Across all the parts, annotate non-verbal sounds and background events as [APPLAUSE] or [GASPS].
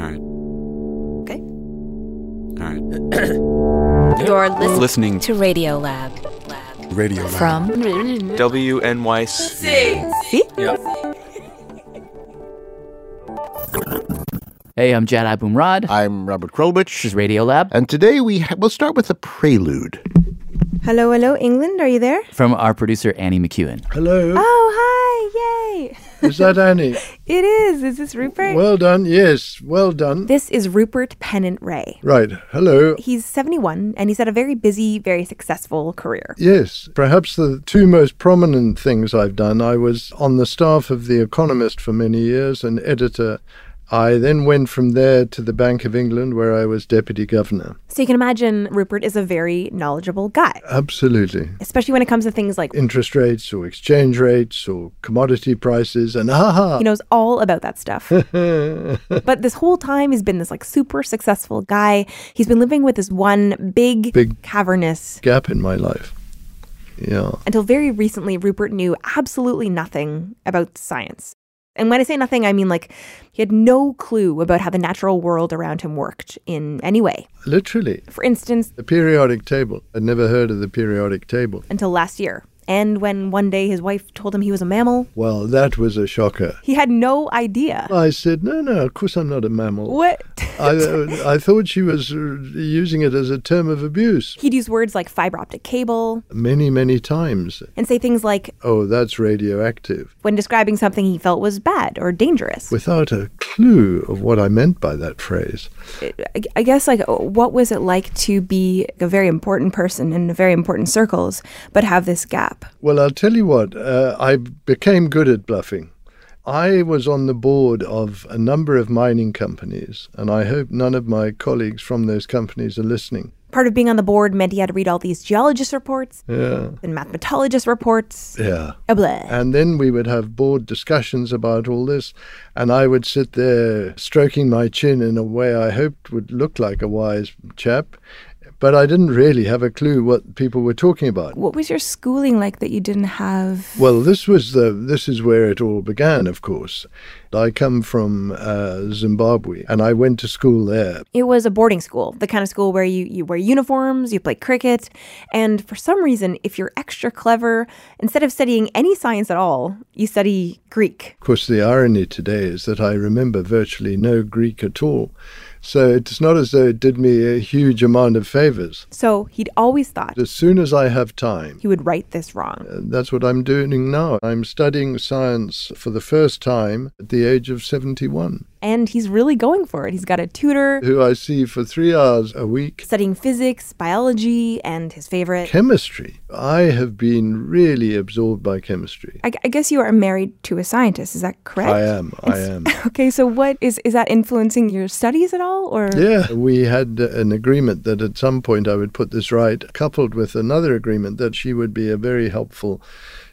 All right. Okay. All [COUGHS] You're listening, Listening. to Radio Lab. right. Radio. From WNYC. Hey, I'm Jad Abumrad. I'm Robert Krolbich. This is Radiolab. And today we ha- we'll start with a prelude. Hello, hello, England. Are you there? From our producer, Annie McEwen. Hello, Oh, hi! Yay! is that Annie? It is. Is this Rupert? Well done, yes, well done. this is Rupert Pennant Ray. Right, hello. He's 71 and he's had a very busy, very successful career. Yes, perhaps the two most prominent things I've done. I was on the staff of The Economist for many years, an editor. I then went from there to the Bank of England, where I was deputy governor. So you can imagine Rupert is a very knowledgeable guy, Absolutely. especially when it comes to things like Interest rates or exchange rates or commodity prices, and ha ha. he knows all about that [LAUGHS] stuff. but this whole time he's been this like super successful guy. He's been living with this one big, Big- cavernous gap in my life. Yeah. Until very recently, Rupert knew absolutely nothing about science. And when I say nothing, I mean like he had no clue about how the natural world around him worked in any way. Literally. For instance, The periodic table. I'd never heard of the periodic table. until last year. And when one day his wife told him he was a mammal, Well, that was a shocker. he had no idea. I said, no, no, of course I'm not a mammal. What? I, uh, I thought she was uh, using it as a term of abuse He'd use words like fiber optic cable many, many times. and say things like, Oh, that's radioactive, when describing something he felt was bad or dangerous. without a clue of what I meant by that phrase. I- I guess like what was it like to be a very important person in very important circles but have this gap? Well, I'll tell you what, uh, I became good at bluffing. I was on the board of a number of mining companies, and I hope none of my colleagues from those companies are listening. Part of being on the board meant he had to read all these geologist reports Yeah. and mathematologist reports. Yeah. Uh, bleh. And then we would have board discussions about all this, and I would sit there stroking my chin in a way I hoped would look like a wise chap, but I didn't really have a clue what people were talking about. What was your schooling like that you didn't have? Well, this was the this is where it all began, of course. I come from uh, Zimbabwe, and I went to school there. It was a boarding school, the kind of school where you, you wear uniforms, you play cricket, and for some reason, if you're extra clever, instead of studying any science at all, you study Greek. Of course, the irony today is that I remember virtually no Greek at all, so it's not as though it did me a huge amount of favors. So he'd always thought As soon as I have time. he would write this wrong. And that's what I'm doing now. I'm studying science for the first time at the age of 71, And he's really going for it. He's got a tutor who I see for three hours a week. studying physics, biology, and his favorite. Chemistry. I have been really absorbed by chemistry. I, I guess you are married to a scientist. Is that correct? I am. [LAUGHS] I am. Okay, so what is is that influencing your studies at all, or Yeah, we had uh, an agreement that at some point I would put this right, coupled with another agreement that she would be a very helpful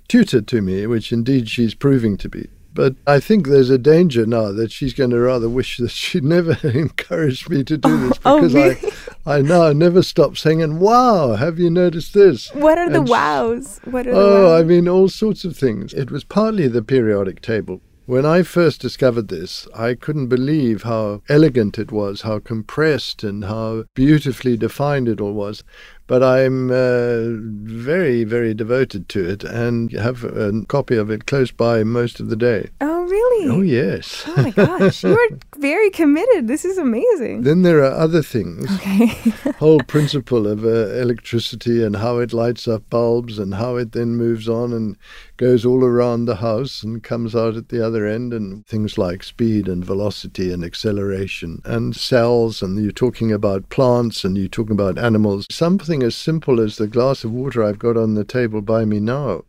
tutor to me, which indeed she's proving to be. But I think there's a danger now that she's going to rather wish that [LAUGHS] she'd never encouraged me to do this Oh, because I, I now never stop saying, "Wow, have you noticed this?" what are the And she- wows? What are Oh, I the wows? mean, all sorts of things. It was partly the periodic table. When I first discovered this, I couldn't believe how elegant it was, how compressed and how beautifully defined it all was. But I'm uh, very, very devoted to it and have a copy of it close by most of the day. Oh, really? Oh, yes. Oh my gosh, you are very committed. This is amazing. [LAUGHS] Then there are other things. Okay. [LAUGHS] Whole principle of uh, electricity and how it lights up bulbs and how it then moves on and goes all around the house and comes out at the other end and things like speed and velocity and acceleration and cells and you're talking about plants and you're talking about animals. Something as simple as the glass of water I've got on the table by me now.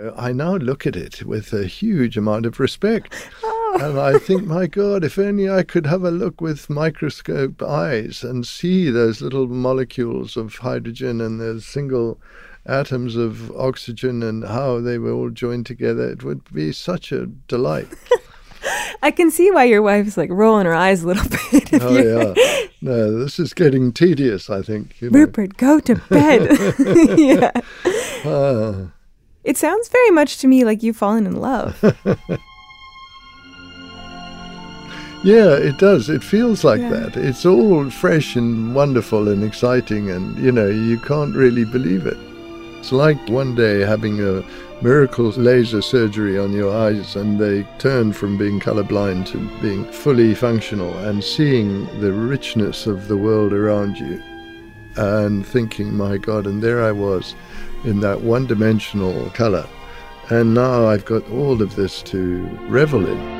Uh, I now look at it with a huge amount [LAUGHS] of respect. Oh. and I think, my God, if only I could have a look with microscope eyes and see those little molecules of hydrogen and those single atoms of oxygen and how they were all joined together, it would be such a delight. I can see why your wife's like rolling her eyes a little [LAUGHS] bit. [LAUGHS] if oh, you- yeah. No, this is getting tedious, I think. You know. Rupert, go to [LAUGHS] bed. [LAUGHS] yeah. Ah. It sounds very much to me like you've fallen in [LAUGHS] love. Yeah, it does. It feels like that. It's all fresh and wonderful and exciting, and you know, you can't really believe it. It's like one day having a miracle laser surgery on your eyes, and they turn from being colorblind to being fully functional and seeing the richness of the world around you and thinking, my God, and there I was in that one dimensional color. And now I've got all of this to revel in.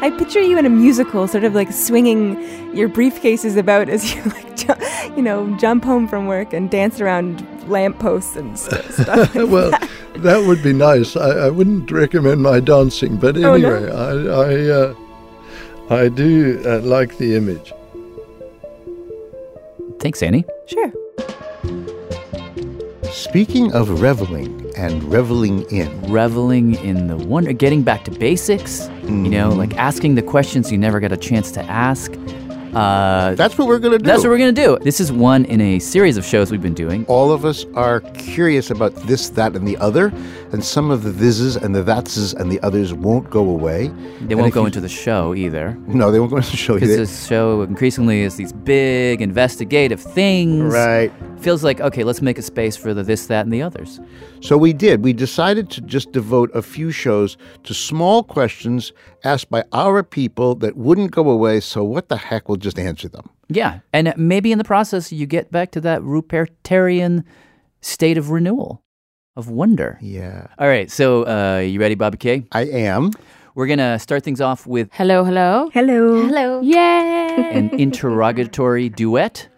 I picture you in a musical, sort of like swinging your briefcases about as [LAUGHS] you like, ju- you know, jump home from work and dance around lampposts and st- stuff. like well, that. that would be nice. I, I wouldn't recommend my dancing, but Oh, no? anyway, I I, uh, I do uh, like the image. Thanks, Annie. sure. Speaking of reveling and reveling in, Reveling in the wonder, getting back to basics, you know, Mm-hmm. Mhm. like asking the questions you never got a chance to ask. Uh, that's what we're going to do. That's what we're going to do. This is one in a series of shows we've been doing. All of us are curious about this, that, and the other, and some of the thises and the thatses and the others won't go away. They won't go into the show either. [LAUGHS] No, they won't go into the show Because either. this show increasingly is these big investigative things. Right. Feels like, okay, let's make a space for the this, that, and the others. So we did. We decided to just devote a few shows to small questions asked by our people that wouldn't go away. So what the heck? We'll just answer them. Yeah. And maybe in the process, you get back to that Rupertarian state of renewal, of wonder. Yeah. All right. So, uh, you ready, Bobby K? I am. We're going to start things off with Hello, hello. Hello. Hello. an Yay. interrogatory duet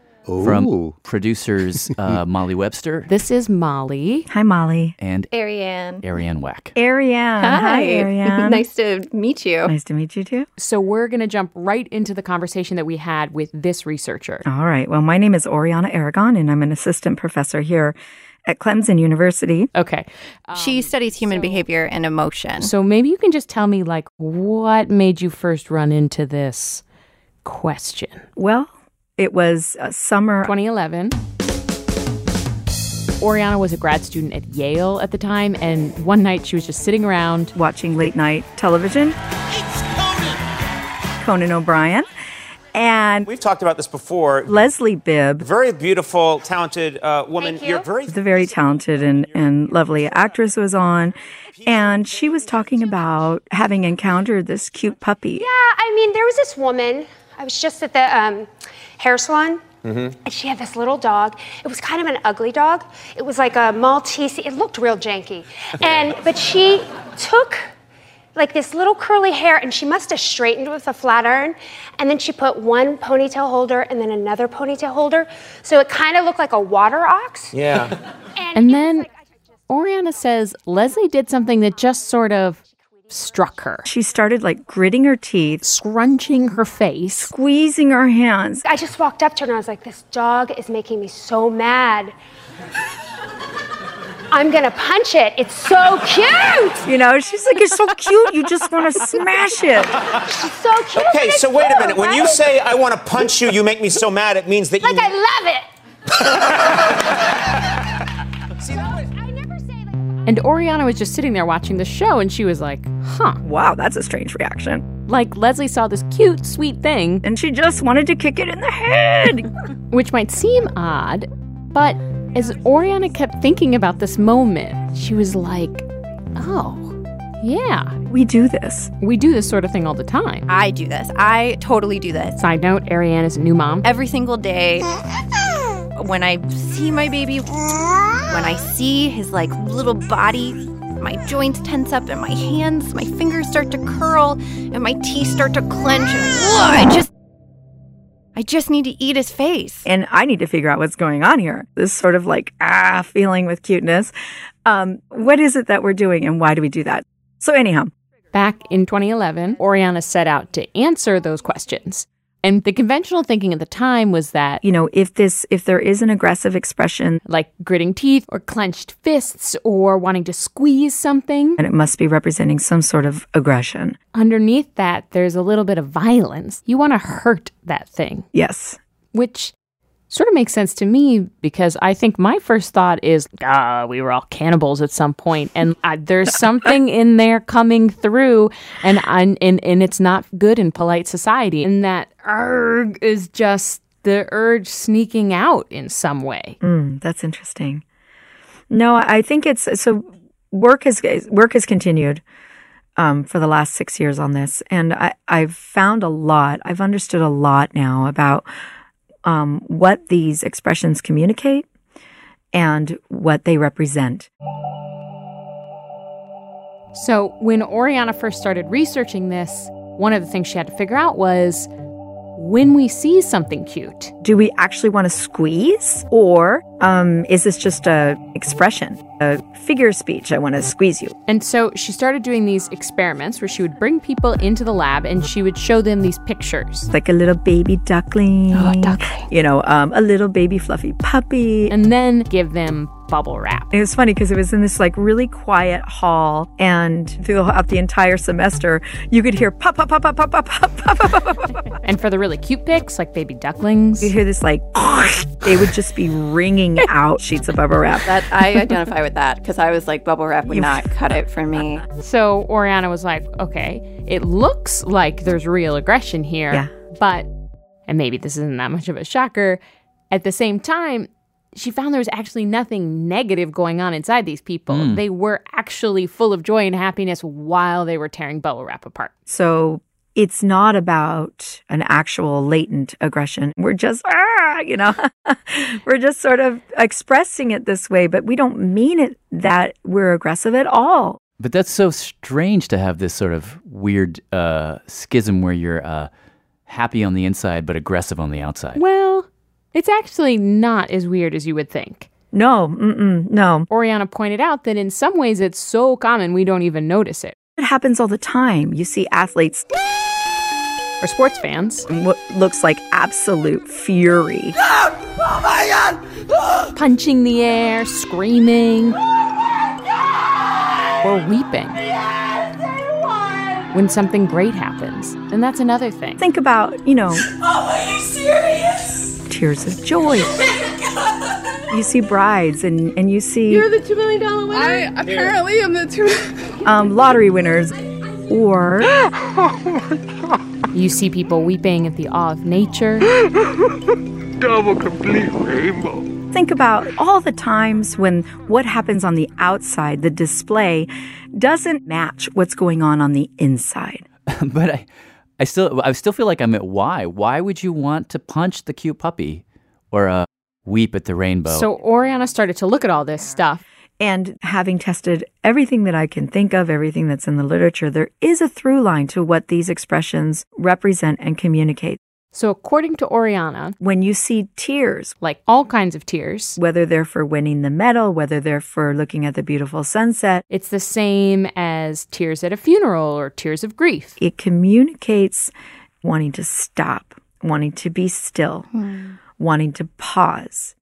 from Ooh. producers uh, Molly Webster This is Molly. Hi, Molly. and Ariane. Ariane Wack. Ariane. Uh, Hi, [LAUGHS] Ariane. nice to meet you. Nice to meet you, too. So we're going to jump right into the conversation that we had with this researcher. All right. Well, my name is Oriana Aragon, and I'm an assistant professor here at Clemson University. Okay. Um, She studies human behavior and emotion. So maybe you can just tell me, like, what made you first run into this question? Well, it was uh, summer 2011. Oriana was a grad student at Yale at the time, and one night she was just sitting around watching late night television. Conan O'Brien and We've talked about this before. Leslie Bibb. Very beautiful, talented uh, woman. you. are very the very talented and, and lovely actress was on, and she was talking about having encountered this cute puppy. Yeah, I mean, there was this woman. I was just at the um, hair salon, Mm-hmm. and she had this little dog. It was kind of an ugly dog. It was like a Maltese. It looked real janky, and but she took like this little curly hair, and she must have straightened it with a flat iron, and then she put one ponytail holder and then another ponytail holder, so it kind of looked like a water ox. Yeah. And then Oriana says Leslie did something that just sort of struck her. She started like gritting her teeth, scrunching her face, squeezing her hands. I just walked up to her and I was like, this dog is making me so mad. I'm gonna punch it. It's so cute. You know, she's like, it's so cute. You just want to smash it. She's so cute. Okay, so wait a minute. When you right? say I want to punch you, you make me so mad. It means that Like you. I [LAUGHS] love it. And Oriana was just sitting there watching the show, and she was like, huh. Wow, that's a strange reaction. Like Leslie saw this cute, sweet thing, and she just wanted to kick it in the [LAUGHS] head, which might seem odd, but as Oriana kept thinking about this moment, she was like, "Oh, yeah, we do this. We do this sort of thing all the time. I do this. I totally do this. Side note: Ariana's a new mom. Every single day, when I see my baby, when I see his like little body, my joints tense up, and my hands, my fingers start to curl, and my teeth start to clench. And, ugh, I just I just need to [LAUGHS] eat his face. And I need to figure out what's going on here. This sort of like, ah, feeling with cuteness. Um, what is it that we're doing and why do we do that? So, anyhow. Back in 2011, Oriana set out to answer those questions. And the conventional thinking at the time was that, you know, if this, if there is an aggressive expression, like gritting teeth or clenched fists or wanting to squeeze something, and it must be representing some sort of aggression. Underneath that, there's a little bit of violence. You want to hurt that thing. Yes. Which sort of makes sense to me because I think my first thought is, ah, we were all cannibals at some point, and I, there's something in there coming through, and, I, and and it's not good in polite society, and that urg is just the urge sneaking out in some way. Mm, that's interesting. No, I think it's so. Work has work has continued. Um, for the last six years on this, and I, I've found a lot. I've understood a lot now about um, what these expressions communicate and what they represent. So, when Oriana first started researching this, one of the things she had to figure out was when we see something cute, do we actually want to squeeze, or um, is this just a expression, a figure of speech? I want to squeeze you. And so she started doing these experiments where she would bring people into the lab and she would show them these pictures, like a little baby duckling, oh, duckling. you know, um, a little baby fluffy puppy, and then give them bubble wrap. It was funny because it was in this like really quiet hall, and throughout the entire semester, you could hear pop, pop, pop, pop, pop, pop, pop, pop, pop, pop, pop, pop. And for the really cute pics, like baby ducklings, you hear this like [LAUGHS] they would just be wringing out sheets of bubble wrap. That I identify with that because I was like, bubble wrap would not cut it for me. So Oriana was like, okay, it looks like there's real aggression here, yeah. but and maybe this isn't that much of a shocker. At the same time, she found there was actually nothing negative going on inside these people. Mm. They were actually full of joy and happiness while they were tearing bubble wrap apart. So it's not about an actual latent aggression. We're just, ah, you know, [LAUGHS] we're just sort of expressing it this way, but we don't mean it that we're aggressive at all. But that's so strange to have this sort of weird uh, schism where you're uh, happy on the inside but aggressive on the outside. Well, it's actually not as weird as you would think. No, mm-mm, no. Oriana pointed out that in some ways it's so common we don't even notice it. It happens all the time. You see athletes or sports fans what looks like absolute fury. Oh my God! punching the air, screaming, or weeping when something great happens. And that's another thing. Think about, you know. Oh, are you serious? tears of Oh joy. you see brides and, and you see. You're the $2 million winner? I apparently am the 2 um, lottery winners. [GASPS] Or. Oh you see people weeping at the awe [GASPS] of nature. [LAUGHS] Double complete rainbow. Think about all the times when what happens on the outside, the display, doesn't match what's going on on the inside. [LAUGHS] but I. I still I still feel like I'm at why. Why would you want to punch the cute puppy or uh, weep at the rainbow? So Oriana started to look at all this stuff. And having tested everything that I can think of, everything that's in the literature, there is a through line to what these expressions represent and communicate. So, according to Oriana, when you see tears, like all kinds of tears, whether they're for winning the medal, whether they're for looking at the beautiful sunset, it's the same as tears at a funeral or tears of grief. It communicates wanting to stop, wanting to be still, mm. wanting to pause.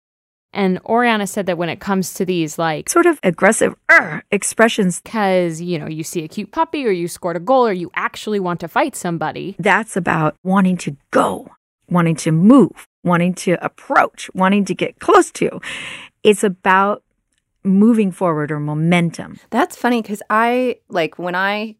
And Oriana said that when it comes to these like sort of aggressive uh, expressions, because you know, you see a cute puppy or you scored a goal or you actually want to fight somebody, that's about wanting to go, wanting to move, wanting to approach, wanting to get close to. It's about moving forward or momentum. That's funny because I like when I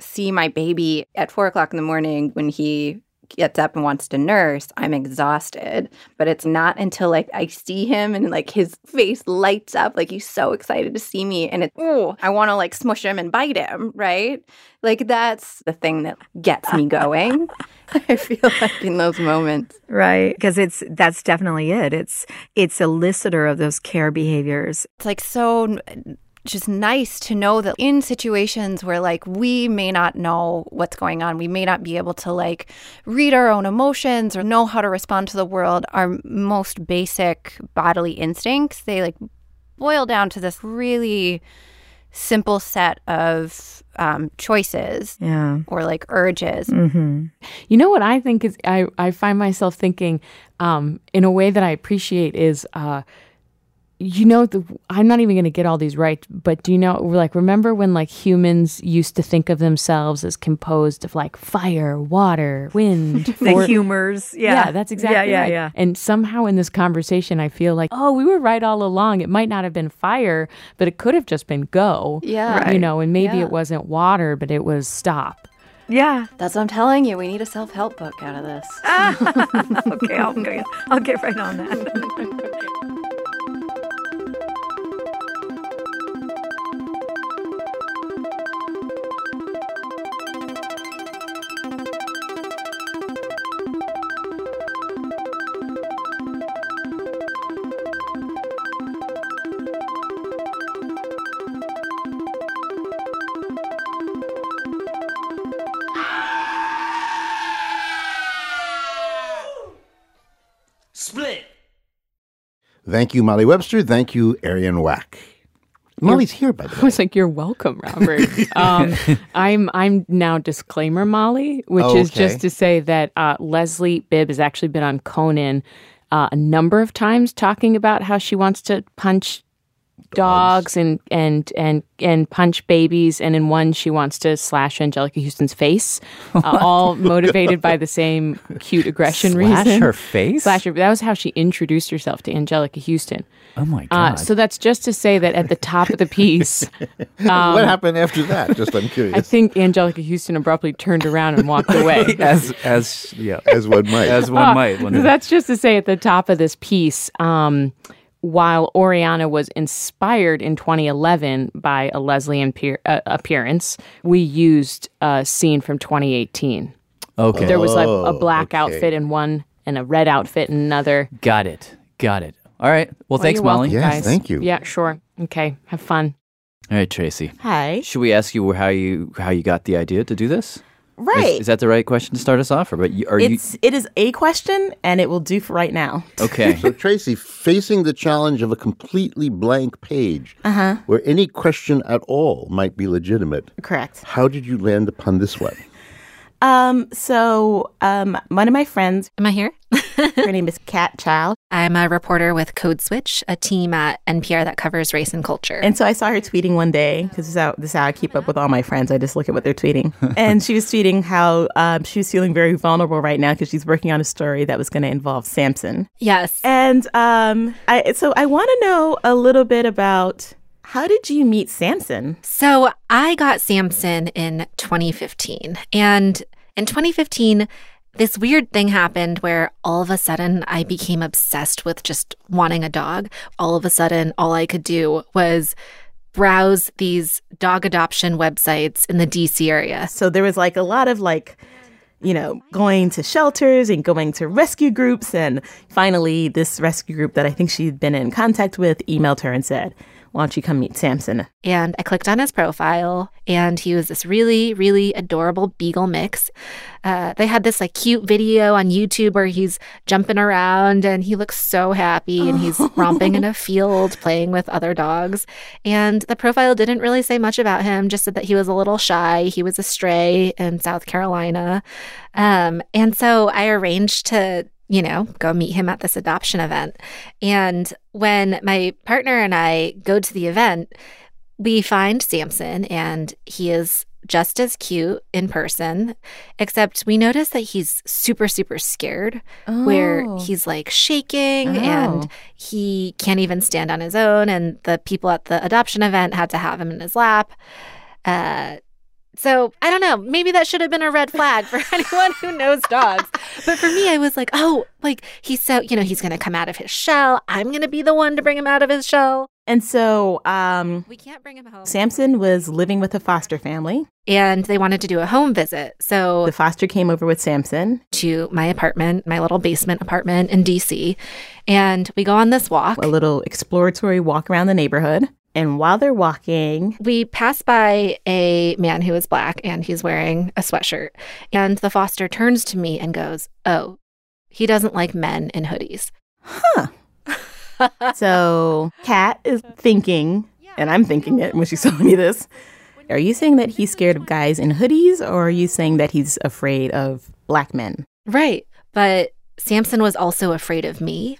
see my baby at four o'clock in the morning when he gets up and wants to nurse, I'm exhausted. But it's not until like I see him and like his face lights up, like he's so excited to see me, and it's oh, I want to like smush him and bite him, right? Like that's the thing that gets me going. [LAUGHS] I feel like in those moments, right? Because it's that's definitely it. It's it's elicitor of those care behaviors. It's like so just nice to know that in situations where like we may not know what's going on, we may not be able to like read our own emotions or know how to respond to the world, our most basic bodily instincts, they like boil down to this really simple set of um, choices yeah. or like er, urges. Mm-hmm. You know what I think is I, I find myself thinking um, in a way that I appreciate is uh, you know the, i'm not even going to get all these right but do you know like remember when like humans used to think of themselves as composed of like fire water wind [LAUGHS] The humors, yeah. that's exactly Yeah, yeah, right. yeah. and somehow in this conversation i feel like oh we were right all along it might not have been fire but it could have just been go Yeah. you Right. know and maybe Yeah. it wasn't water but it was stop Yeah. That's what I'm telling you. We need a self help book out of this. [LAUGHS] okay, I'll get, I'll get right [LAUGHS] on that. Split. Thank you, Molly Webster. Thank you, Arian Wack. Molly's here, by the way. I was like, "You're welcome, [LAUGHS] Robert." um, I'm I'm now disclaimer Molly, which Oh, is just okay. to say that uh, Leslie Bibb has actually been on Conan uh, a number of times talking about how she wants to punch dogs and and and and punch babies, and in one she wants to slash Angelica Houston's face, [LAUGHS] uh, all motivated by the same cute aggression Slash reason. her face? Slash her. That was how she introduced herself to Angelica Houston. Oh my Uh, God. so that's just to say that at the top of [LAUGHS] the piece, um, what happened after that? [LAUGHS] Just I'm curious. [LAUGHS] I think Angelica Houston abruptly turned around and walked away. [LAUGHS] as as yeah, as one might, as Ah, one Uh, might. When so that's just to say at the top of this piece, um, while Oriana was inspired in 2011 by a Leslie appear- uh, appearance, we used a scene from 2018. Okay. There was like a Oh, black okay. outfit in one and a red outfit in another. got it, got it. All right. Well, Well, thanks, you're Molly. welcome, guys. Yeah, sure. Okay. Have fun. All right, Tracy. Hi. Should we ask you how you how you got the idea to do this? Is- Right. Is, that the right question to start us off, or but you, are it's it is a question, and it will do for right now. Okay. so, Tracy, facing the challenge of a completely blank page Uh Uh-huh. huh. where any question at all might be legitimate, Correct. how did you land upon this one? Um. So, um, one of my friends. Am [LAUGHS] I here? her name is Kat Child. I'm a reporter with Code Switch, a team at NPR that covers race and culture. And so I saw her tweeting one day because this, is how- this is how I keep up with all my friends. I just look at what [LAUGHS] they're tweeting. and she was tweeting how um, she was feeling very vulnerable right now because she's working on a story that was going to involve Samson. Yes. And um, I, so I want to know a little bit about how did you meet Samson? So I got Samson in 2015. And in 2015, this weird thing happened where all of a sudden I became obsessed with just wanting a dog. All of a sudden, all I could do was browse these dog adoption websites in the DC area. So there was like a lot of like, you know, going to shelters and going to rescue groups. And finally, this rescue group that I think she'd been in contact with emailed her and said, Why don't you come meet Samson? And I clicked on his profile, and he was this really, really adorable beagle mix. Uh, they had this like cute video on YouTube where he's jumping around and he looks so happy and he's romping in a field playing with other dogs. And the profile didn't really say much about him, just said that he was a little shy. He was a stray in South Carolina. Um, and so I arranged to you know, go meet him at this adoption event. And when my partner and I go to the event, we find Samson and he is just as cute in person, except we notice that he's super, super scared, where Oh. he's like shaking Oh. and he can't even stand on his own. And the people at the adoption event had to have him in his lap. Uh, So I don't know. Maybe that should have been a red flag for [LAUGHS] anyone who knows dogs. But for me, I was like, oh, like he's so, you know, he's going to come out of his shell. I'm going to be the one to bring him out of his shell. And so um, we can't bring him home. Samson was living with a foster family. And they wanted to do a home visit. So the foster came over with Samson to my apartment, my little basement apartment in DC. And we go on this walk. a little exploratory walk around the neighborhood. And while they're walking, We pass by a man who is black and he's wearing a sweatshirt. And the foster turns to me and goes, Oh, he doesn't like men in hoodies. [LAUGHS] so Kat is thinking, and I'm thinking it when she's [LAUGHS] telling me this. Are you saying that he's scared of guys in hoodies, or are you saying that he's afraid of black men? Right. But Samson was also afraid of me.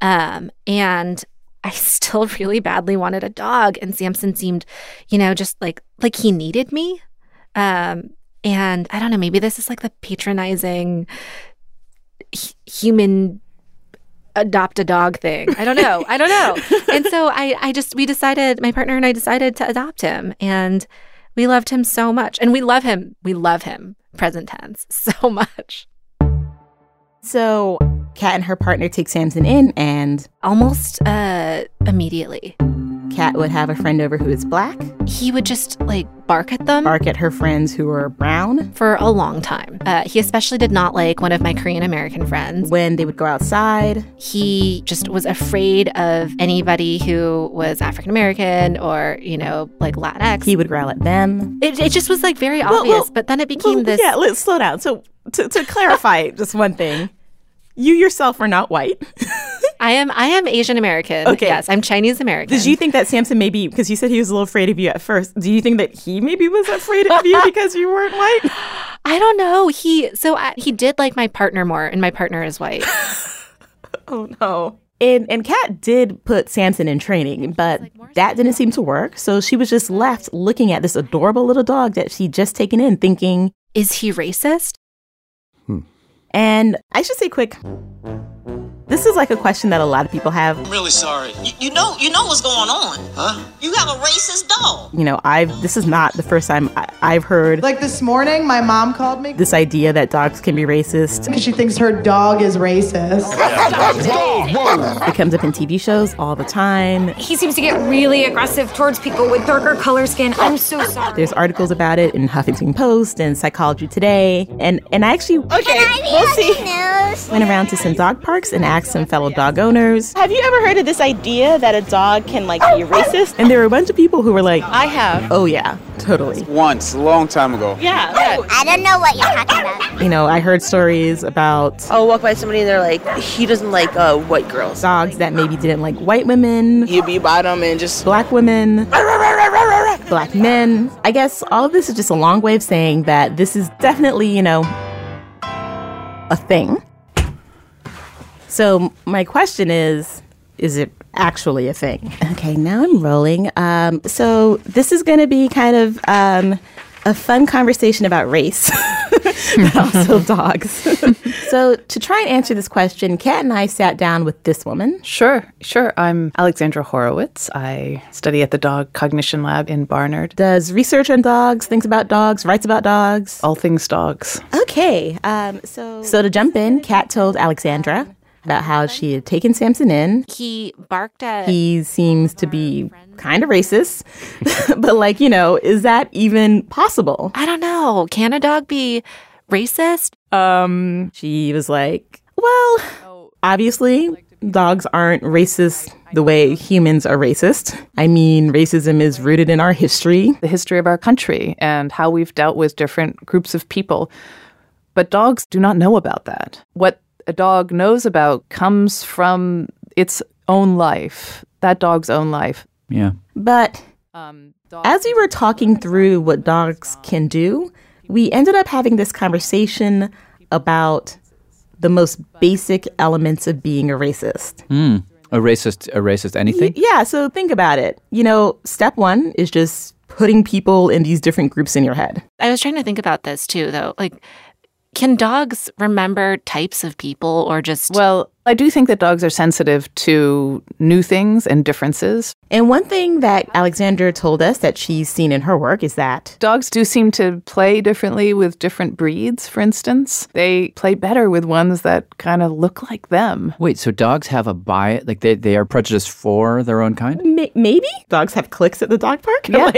Um, and I [LAUGHS] still really badly wanted a dog. And Samson seemed, you know, just like like he needed me. Um, and I don't know, maybe this is like the patronizing h- human adopt a dog thing. I don't know. I don't [LAUGHS] know. and so I, I just, we decided, my partner and I decided to adopt him. And we loved him so much. And we love him. We love him, present tense, [LAUGHS] so much. So Kat and her partner take Samson in, and almost uh, immediately, Kat would have a friend over who is black, He would just like bark at them bark at her friends who are brown. for a long time. Uh, he especially did not like one of my Korean American friends. When they would go outside, He just was afraid of anybody who was African American or, you know, like Latinx. he would growl at them. It, it just was like very Well, obvious, well, but then it became Well, this. Yeah, let's slow down. So to, to clarify [LAUGHS] just one thing, you yourself are not white. I am I am Asian American. Okay. Yes, I'm Chinese American. Did you think that Samson maybe because you said he was a little afraid of you at first? Do you think that he maybe was afraid of you because you weren't white? [LAUGHS] I don't know. He so I, he did like my partner more, and my partner is [LAUGHS] white. Oh no. And and Kat did put Samson in training, but that didn't seem to work. So she was just left looking at this adorable little dog that she'd just taken in, thinking, is he racist? And I should say quick. This is like a question that a lot of people have. I'm really sorry. You, you know, you know what's going on, huh? You have a racist dog. You know, I've this is not the first time I, I've heard Like this morning, my mom called me this idea that dogs can be racist. because she thinks her dog is racist. It comes up in TV shows all the time. He seems to get really aggressive towards people with darker color skin. I'm so sorry. There's articles about it in Huffington Post and Psychology Today. And and I actually okay, we'll see. Went around to some dog parks and asked some fellow dog owners. Have you ever heard of this idea that a dog can like be racist? And there were a bunch of people who were like, I have. "Oh yeah, totally." Once, a long time ago. Yeah. Oh, I don't know what you're talking about. You know, I heard stories about I'll Oh, walk by somebody and they're like, he doesn't like uh, white girls. dogs that maybe didn't like white women, You'd be by them and just black women, black men. I guess all of this is just a long way of saying that this is definitely, you know, a thing. So my question is, is it actually a thing? Okay, now I'm rolling. Um, so this is going to be kind of um, a fun conversation about race, [LAUGHS] but [LAUGHS] also dogs. so to try and answer this question, Kat and I sat down with this woman. Sure, sure. I'm Alexandra Horowitz. I study at the Dog Cognition Lab in Barnard. Does research on dogs, thinks about dogs, writes about dogs. All things dogs. Okay, um, so so to jump in, Kat told Alexandra about how she had taken Samson in. He barked at He seems to be kind of racist, [LAUGHS] but like you know, is that even possible? I don't know. Can a dog be racist? Um, she was like, well, obviously. Dogs aren't racist the way humans are racist. I mean, racism is rooted in our history. The history of our country and how we've dealt with different groups of people. But dogs do not know about that. What a dog knows about comes from its own life, that dog's own life. Yeah. But Um, as we were talking through what dogs can do, we ended up having this conversation about the most basic elements of being a racist. Mm. A racist, a racist anything? Y- Yeah, so think about it. You know, step one is just putting people in these different groups in your head. I was trying to think about this too, though. Like, can dogs remember types of people or just Well, I do think that dogs are sensitive to new things and differences. And one thing that Alexandra told us that she's seen in her work is that dogs do seem to play differently with different breeds, for instance. They play better with ones that kind of look like them. Wait, so dogs have a bias, like they, they are prejudiced for their own kind? M- maybe? Dogs have [LAUGHS] cliques at the dog park? Yeah,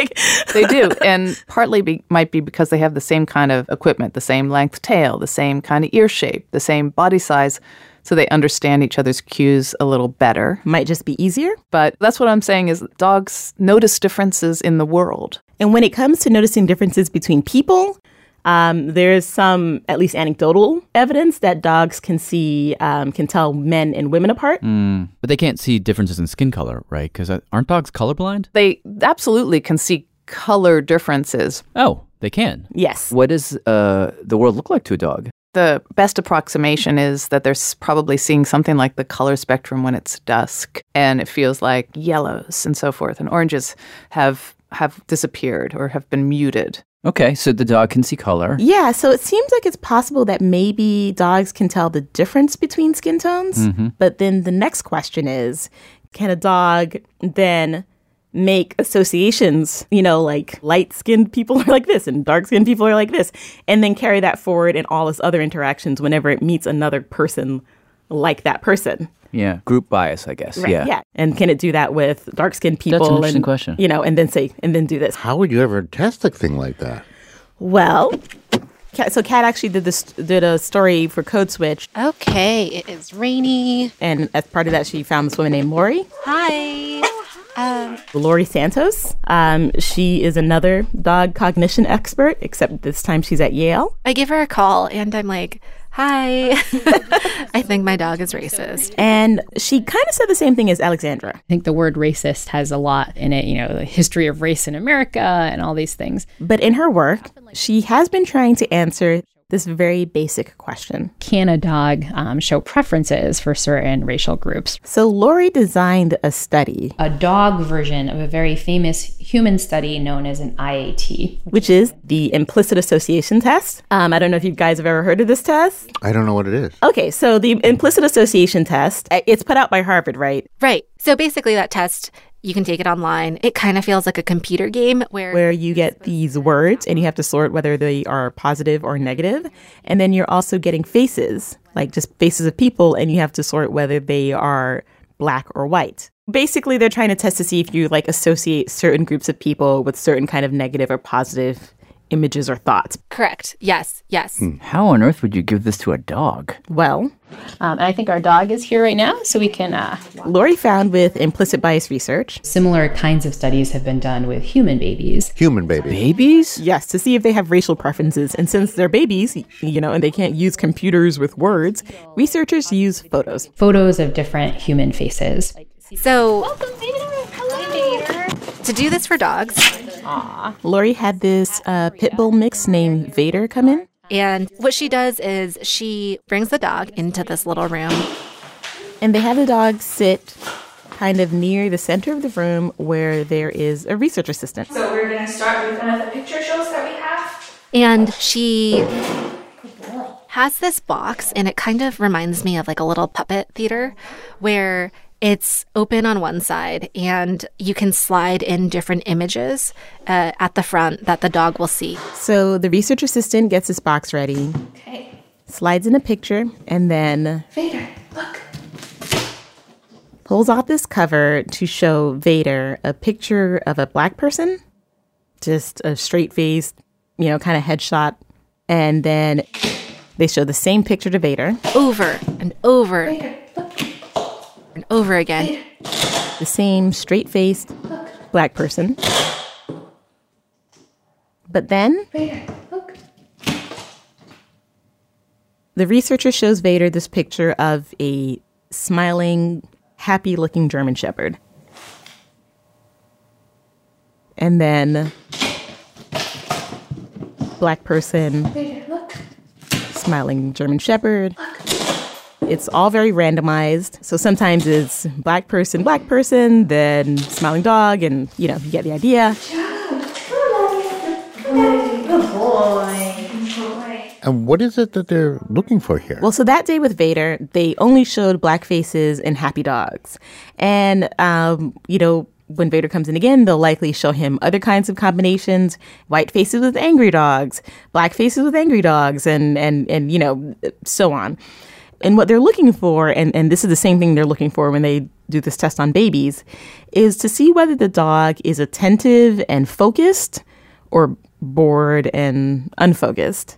they do. And partly be, might be because they have the same kind of equipment, the same length tail, the same kind of ear shape, the same body size so they understand each other's cues a little better. Might just be easier. But that's what I'm saying is dogs notice differences in the world. And when it comes to noticing differences between people, um, there's some, at least anecdotal evidence that dogs can see, um, can tell men and women apart. Mm. But they can't see differences in skin color, right? Because aren't dogs colorblind? They absolutely can see color differences. Oh, they can. Yes. What does uh, the world look like to a dog? the best approximation is that they're s- probably seeing something like the color spectrum when it's dusk and it feels like yellows and so forth and oranges have have disappeared or have been muted okay so the dog can see color Yeah, so it seems like it's possible that maybe dogs can tell the difference between skin tones. Mhm. But then the next question is can a dog then make associations, you know, like light skinned people [LAUGHS] are like this and dark skinned people are like this, and then carry that forward in all its other interactions whenever it meets another person like that person? yeah group bias i guess Right, yeah And can it do that with dark skinned people? interesting and, question. You know, and then say, and then do this. How would you ever test a thing like that? Well, Kat, so Kat actually did this did a story for Code Switch. Okay, it is rainy. And as part of that, she found this woman named Lori, Hi. Um, Lori Santos. Um, she is another dog cognition expert, except this time she's at Yale. I give her a call and I'm like, [LAUGHS] hi, I think my dog is racist. And she kind of said the same thing as Alexandra. I think the word racist has a lot in it, you know, the history of race in America and all these things. But in her work, she has been trying to answer this very basic question. Can a dog um, show preferences for certain racial groups? So Lori designed a study, A dog version of a very famous human study known as an IAT. which is the implicit association test. Um, I don't know if you guys have ever heard of this test. I don't know what it is. Okay, so the implicit association test, uh, it's put out by Harvard, right? Right. So basically, that test, you can take it online. It kind of feels like a computer game where, Where you get these words and you have to sort whether they are positive or negative. And then you're also getting faces, like just faces of people, and you have to sort whether they are black or white. Basically, they're trying to test to see if you like associate certain groups of people with certain kind of negative or positive images or thoughts. correct. Yes, yes. how on earth would you give this to a dog Well, Um, and I think our dog is here right now, so we can uh, Lori found with implicit bias research similar kinds of studies have been done with human babies. Human baby. Babies? Yes, to see if they have racial preferences. And since they're babies, you know, and they can't use computers with words, researchers use photos. Photos of different human faces. So, to do this for dogs, Lori had this uh, pit bull mix named Vader come in. and what she does is she brings the dog into this little room. And they have the dog sit kind of near the center of the room where there is a research assistant. So we're gonna start with one of the picture shows that we have. And she has this box, and it kind of reminds me of like a little puppet theater where it's open on one side and you can slide in different images uh, at the front that the dog will see. So the research assistant gets his box ready. Okay. Slides in a picture and then Vader, look. pulls off this cover to show Vader a picture of a black person, just a straight faced, you know, kind of headshot. And then they show the same picture to Vader, Over and over and over again. the same straight faced black person. But then Vader, look. the researcher shows Vader this picture of a smiling, happy looking German Shepherd. And then black person, Vader, look. smiling German Shepherd. It's all very randomized. So sometimes it's black person, black person, then smiling dog, and you know, you get the idea. Good Oh, boy. Good boy. And what is it that they're looking for here? Well, so that day with Vader, they only showed black faces and happy dogs. And, um, you know, when Vader comes in again, they'll likely show him other kinds of combinations white faces with angry dogs, black faces with angry dogs, and, and, and you know, so on. And what they're looking for, and, and this is the same thing they're looking for when they do this test on babies, is to see whether the dog is attentive and focused or bored and unfocused.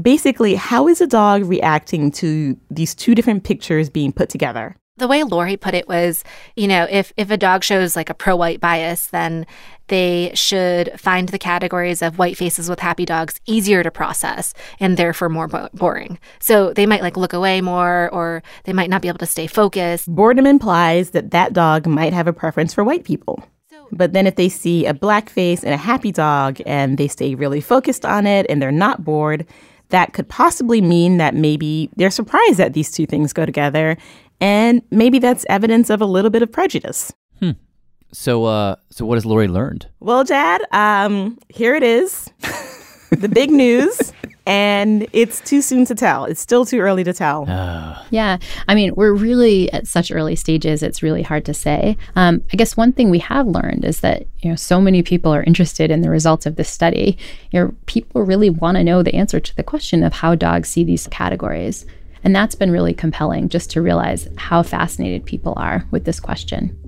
Basically, how is a dog reacting to these two different pictures being put together? The way Lori put it was, you know, if if a dog shows like a pro white bias, then they should find the categories of white faces with happy dogs easier to process and therefore more bo- boring. So they might like look away more or they might not be able to stay focused. Boredom implies that that dog might have a preference for white people. But then if they see a black face and a happy dog and they stay really focused on it and they're not bored, that could possibly mean that maybe they're surprised that these two things go together and maybe that's evidence of a little bit of prejudice. So, uh, so what has Lori learned? Well, Jad, um, here it is [LAUGHS] the big news, and it's too soon to tell. It's still too early to tell. Yeah. I mean, we're really at such early stages, it's really hard to say. Um, I guess one thing we have learned is that, you know, so many people are interested in the results of this study. You know, people really want to know the answer to the question of how dogs see these categories. And that's been really compelling just to realize how fascinated people are with this question.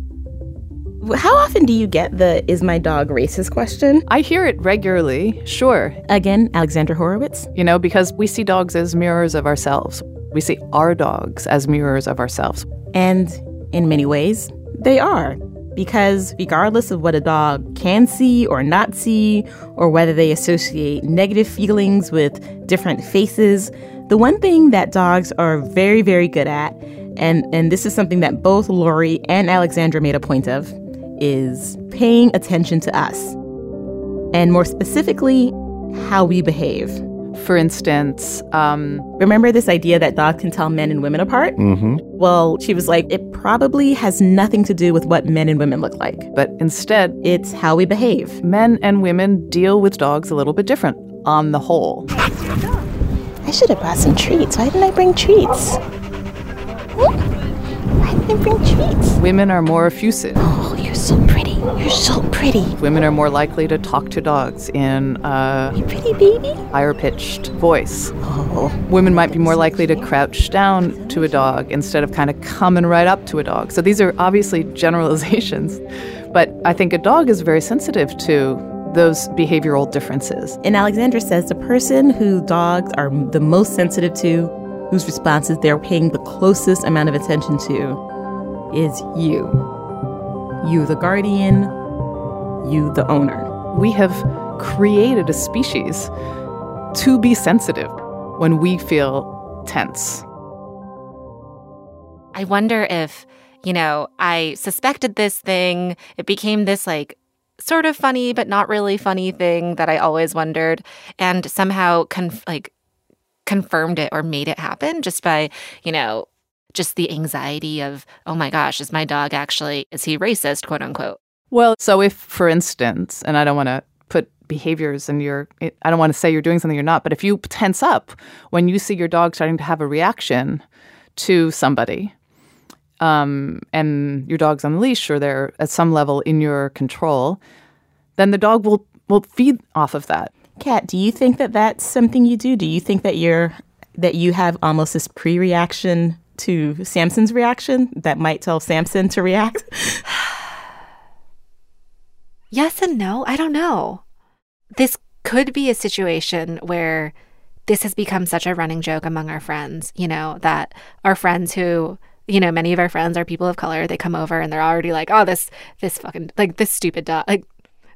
How often do you get the is my dog racist question? I hear it regularly, sure. Again, Alexander Horowitz. You know, because we see dogs as mirrors of ourselves. We see our dogs as mirrors of ourselves. And in many ways, they are. Because regardless of what a dog can see or not see, or whether they associate negative feelings with different faces, the one thing that dogs are very, very good at, and, and this is something that both Lori and Alexandra made a point of, is paying attention to us. And more specifically, how we behave. For instance, um, remember this idea that dogs can tell men and women apart? Mm-hmm. Well, she was like, it probably has nothing to do with what men and women look like. But instead, it's how we behave. Men and women deal with dogs a little bit different on the whole. I should have brought some treats. Why didn't I bring treats? Why didn't I bring treats? Women are more effusive. Oh, you're so pretty. [GASPS] Oh. You're so pretty. Women are more likely to talk to dogs in a pretty baby Oh. higher pitched voice. Women might be more likely to crouch down to a dog instead of kind of coming right up to a dog. So these are obviously generalizations, but I think a dog is very sensitive to those behavioral differences. And Alexandra says the person who dogs are the most sensitive to, whose responses they're paying the closest amount of attention to, is you. You, the guardian, you, the owner. We have created a species to be sensitive when we feel tense. I wonder if, you know, I suspected this thing, it became this like sort of funny but not really funny thing that I always wondered and somehow conf- like confirmed it or made it happen just by, you know, just the anxiety of, oh my gosh, is my dog actually is he racist, quote unquote. Well, so if, for instance, and I don't want to put behaviors in your, I don't want to say you're doing something you're not, but if you tense up when you see your dog starting to have a reaction to somebody, um, and your dog's on the leash or they're at some level in your control, then the dog will will feed off of that. Kat, do you think that that's something you do? Do you think that you're that you have almost this pre-reaction to Samson's reaction that might tell Samson to react? Yes and no. I don't know. This could be a situation where this has become such a running joke among our friends, you know, that our friends who, you know, many of our friends are people of color, they come over and they're already like, oh, this, this fucking, like, this stupid dog, like,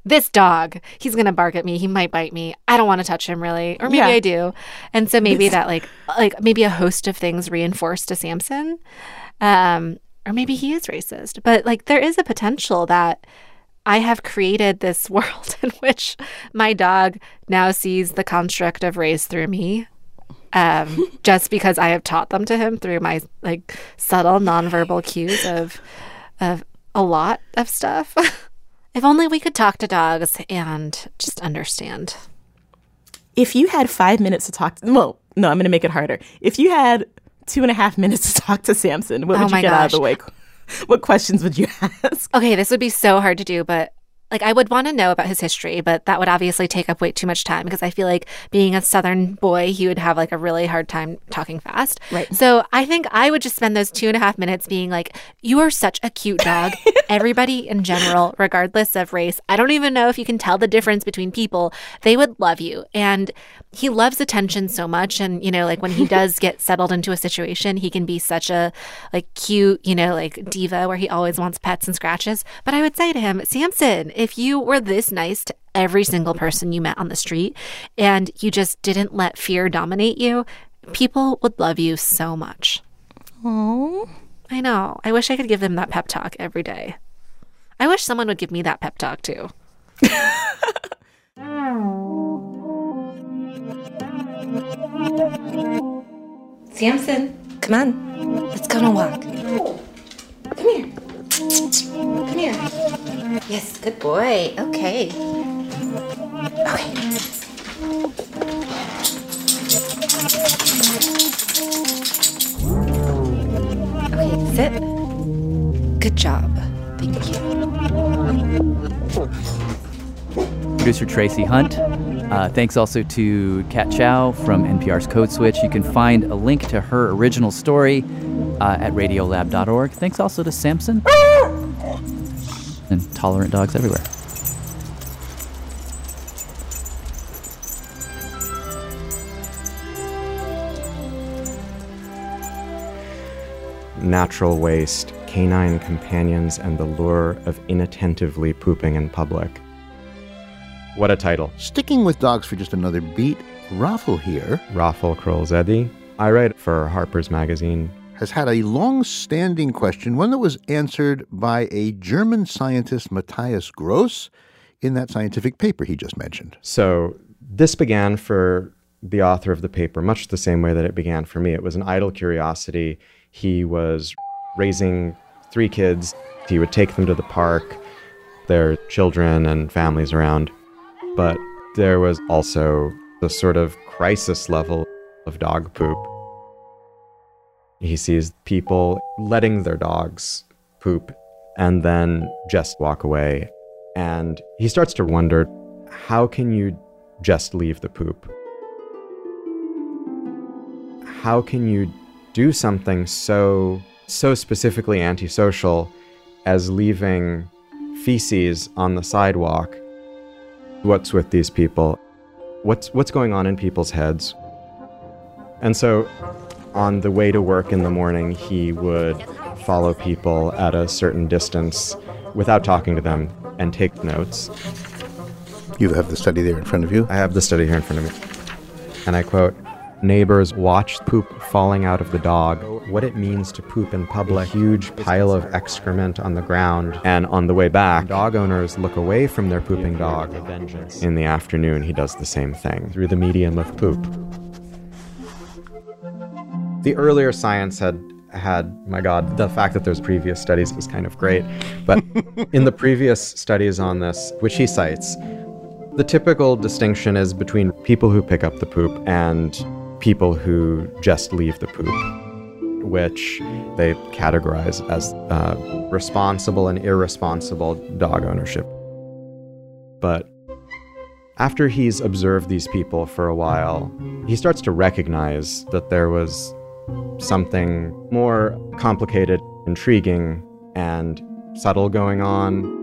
this dog, he's going to bark at me. He might bite me. I don't want to touch him really. Or maybe Yeah. I do. And so maybe that, like, like maybe a host of things reinforced to Samson. Um, or maybe he is racist, but like, there is a potential that I have created this [LAUGHS] world in which my dog now sees the construct of race through me. Um, just because I have taught them to him through my like subtle nonverbal cues of of a lot of stuff. [LAUGHS] if only we could talk to dogs and just understand. if you had five minutes to talk, to, well, no, I'm going to make it harder. If you had two and a half minutes to talk to Samson, what Oh would you my get out of the gosh. way? What questions would you ask? Okay, this would be so hard to do, but like I would want to know about his history, but that would obviously take up way too much time because I feel like being a southern boy, he would have like a really hard time talking fast. Right. So I think I would just spend those two and a half minutes being like, You are such a cute dog. Everybody in general, regardless of race, I don't even know if you can tell the difference between people, they would love you. And he loves attention so much. And, you know, like when he does get settled into a situation, he can be such a like cute, you know, like diva where he always wants pets and scratches. But I would say to him, Samson, if you were this nice to every single person you met on the street and you just didn't let fear dominate you, people would love you so much. Oh, I know. I wish I could give them that pep talk every day. I wish someone would give me that pep talk too. Samson, come on. Let's go on a walk. Come here. Come here. Yes, good boy. Okay. Okay. Okay, sit. Good job. Thank you. Producer Tracy Hunt. Uh, thanks also to Kat Chow from NPR's Code Switch. You can find a link to her original story uh, at radiolab.org. Thanks also to Samson and tolerant dogs everywhere. natural waste, canine companions, and the lure of inattentively pooping in public. What a title. Sticking with dogs for just another beat, Raffle here Raffel Krolzedi. I write for Harper's Magazine. has had a long standing question, one that was answered by a German scientist, Matthias Gross, in that scientific paper he just mentioned. So this began for the author of the paper much the same way that it began for me. It was an idle curiosity. He was raising three kids. He would take them to the park, their children and families around. But there was also the sort of crisis level of dog poop. He sees people letting their dogs poop and then just walk away. And he starts to wonder how can you just leave the poop? How can you do something so so specifically antisocial as leaving feces on the sidewalk? What's with these people? What's what's going on in people's heads? And so on the way to work in the morning, he would follow people at a certain distance without talking to them and take notes. You have the study there in front of you? I have the study here in front of me. And I quote Neighbors watched poop falling out of the dog, what it means to poop in public, a huge pile of excrement on the ground. And on the way back, dog owners look away from their pooping dog. In the afternoon, he does the same thing through the medium of poop. The earlier science had had my god the fact that there's previous studies was kind of great but in the previous studies on this which he cites the typical distinction is between people who pick up the poop and people who just leave the poop, which they categorize as uh, responsible and irresponsible dog ownership. But after he's observed these people for a while, he starts to recognize that there was something more complicated, intriguing, and subtle going on.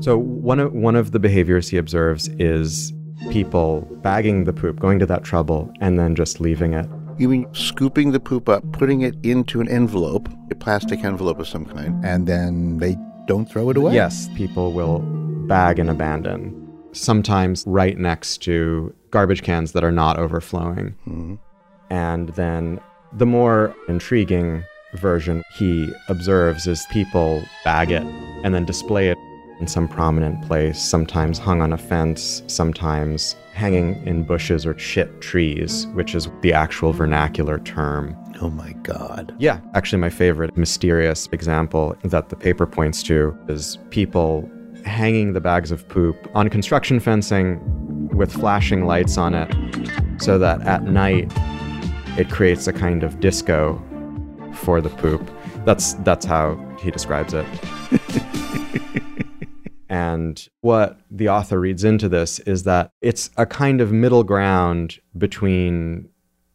So one of one of the behaviors he observes is people bagging the poop, going to that trouble, and then just leaving it. You mean scooping the poop up, putting it into an envelope, a plastic envelope of some kind, and then they don't throw it away? Yes, people will bag and abandon. Sometimes right next to garbage cans that are not overflowing. And then the more intriguing version he observes is people bag it and then display it in some prominent place, sometimes hung on a fence, sometimes hanging in bushes or shit trees, which is the actual vernacular term. Oh my God. Yeah. Actually, my favorite mysterious example that the paper points to is people hanging the bags of poop on construction fencing with flashing lights on it so that at night it creates a kind of disco for the poop. That's that's how he describes it. and what the author reads into this is that it's a kind of middle ground between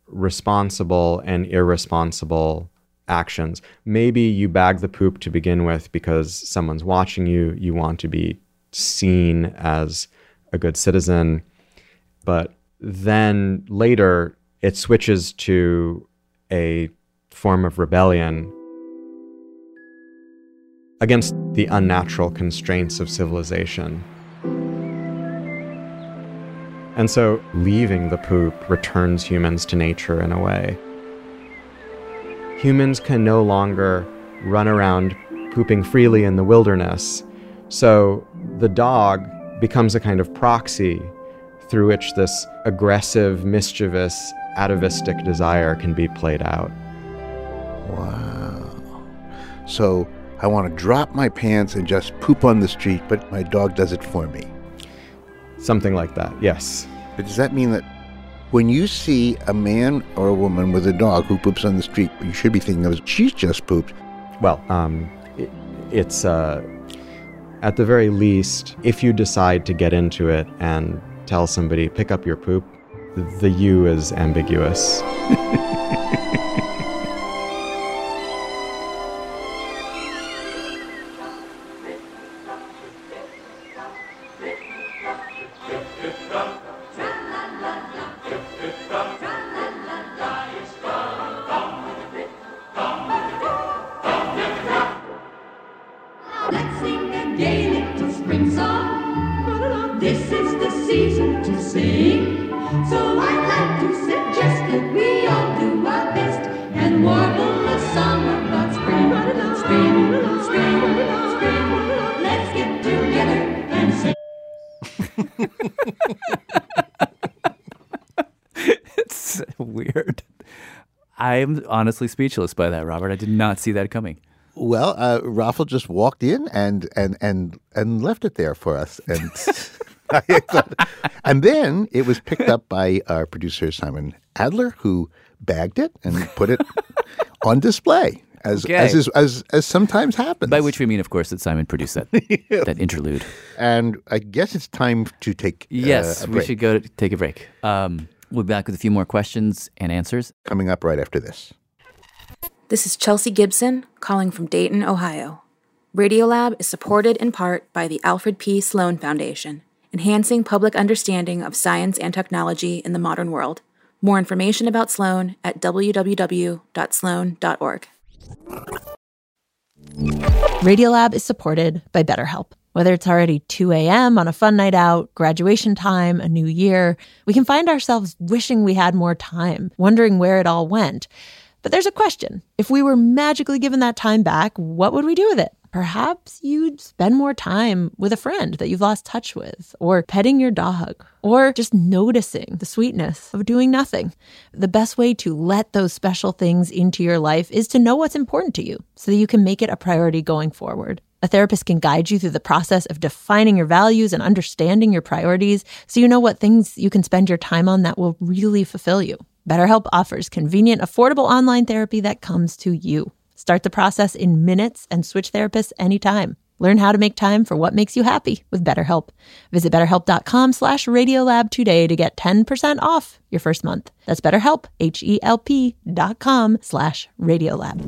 responsible and irresponsible actions. Maybe you bag the poop to begin with because someone's watching you, you want to be seen as a good citizen. But then later, it switches to a form of rebellion against the unnatural constraints of civilization. And so, leaving the poop returns humans to nature in a way. Humans can no longer run around pooping freely in the wilderness, so the dog becomes a kind of proxy through which this aggressive, mischievous, atavistic desire can be played out. Wow. Oh. So I want to drop my pants and just poop on the street, but my dog does it for me. Something like that, yes. But does that mean that when you see a man or a woman with a dog who poops on the street, you should be thinking of she's just pooped? Well, um, it, it's uh, at the very least, if you decide to get into it and tell somebody, pick up your poop, the you is ambiguous. Let's sing a Gaelic to spring song. This is the season to sing. So I'd like to suggest that we all do our best and warble a song about spring. Spring, spring, spring. Let's get together and sing. [LAUGHS] it's weird. I'm honestly speechless by that, Robert. I did not see that coming. Well, uh, Raffle just walked in and and and and left it there for us, and [LAUGHS] I thought- and then it was picked up by our producer Simon Adler, who bagged it and put it on display, as Okay. as is, as as sometimes happens. By which we mean, of course, that Simon produced [LAUGHS] that that interlude. And I guess it's time to take. uh, Yes, a we break. should go to take a break. Um, we'll be back with a few more questions and answers coming up right after this. This is Chelsea Gibson calling from Dayton, Ohio. Radiolab is supported in part by the Alfred P. Sloan Foundation, enhancing public understanding of science and technology in the modern world. More information about Sloan at www.sloan.org. Radiolab is supported by BetterHelp. Whether it's already 2 a.m. on a fun night out, graduation time, a new year, we can find ourselves wishing we had more time, wondering where it all went. But there's a question if we were magically given that time back, what would we do with it? Perhaps you'd spend more time with a friend that you've lost touch with, or petting your dog, or just noticing the sweetness of doing nothing. The best way to let those special things into your life is to know what's important to you so that you can make it a priority going forward. A therapist can guide you through the process of defining your values and understanding your priorities so you know what things you can spend your time on that will really fulfill you. BetterHelp offers convenient, affordable online therapy that comes to you. Start the process in minutes and switch therapists anytime. Learn how to make time for what makes you happy with BetterHelp. Visit betterhelp.com slash radiolab today to get 10% off your first month. That's betterhelp, H-E-L-P dot com slash radiolab.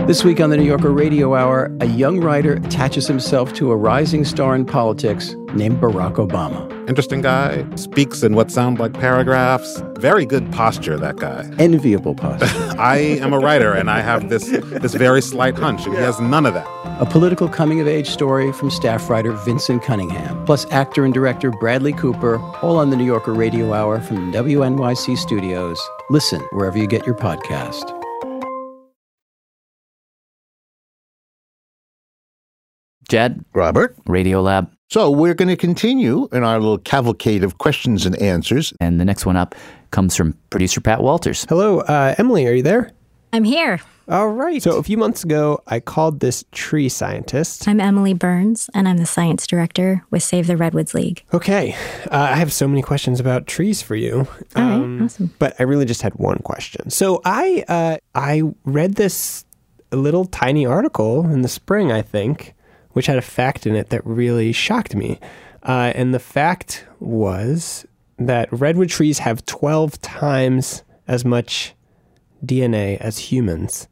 This week on the New Yorker Radio Hour, a young writer attaches himself to a rising star in politics named Barack Obama. Interesting guy, speaks in what sound like paragraphs. Very good posture, that guy. Enviable posture. [LAUGHS] I am a writer and I have this this very slight hunch, and he has none of that. a political coming of age story from staff writer Vincent Cunningham, plus actor and director Bradley Cooper, all on the New Yorker Radio Hour from WNYC Studios. Listen wherever you get your podcast. Jed. Robert. Radiolab. So we're going to continue in our little cavalcade of questions and answers. And the next one up comes from producer Pat Walters. Hello, uh, Emily, are you there? I'm here. All right. So a few months ago, I called this tree scientist. I'm Emily Burns, and I'm the science director with Save the Redwoods League. Okay. Uh, I have so many questions about trees for you. Um, All right, awesome. But I really just had one question. So I uh, I read this little tiny article in the spring, I think, which had a fact in it that really shocked me. Uh, and the fact was that redwood trees have 12 times as much DNA as humans.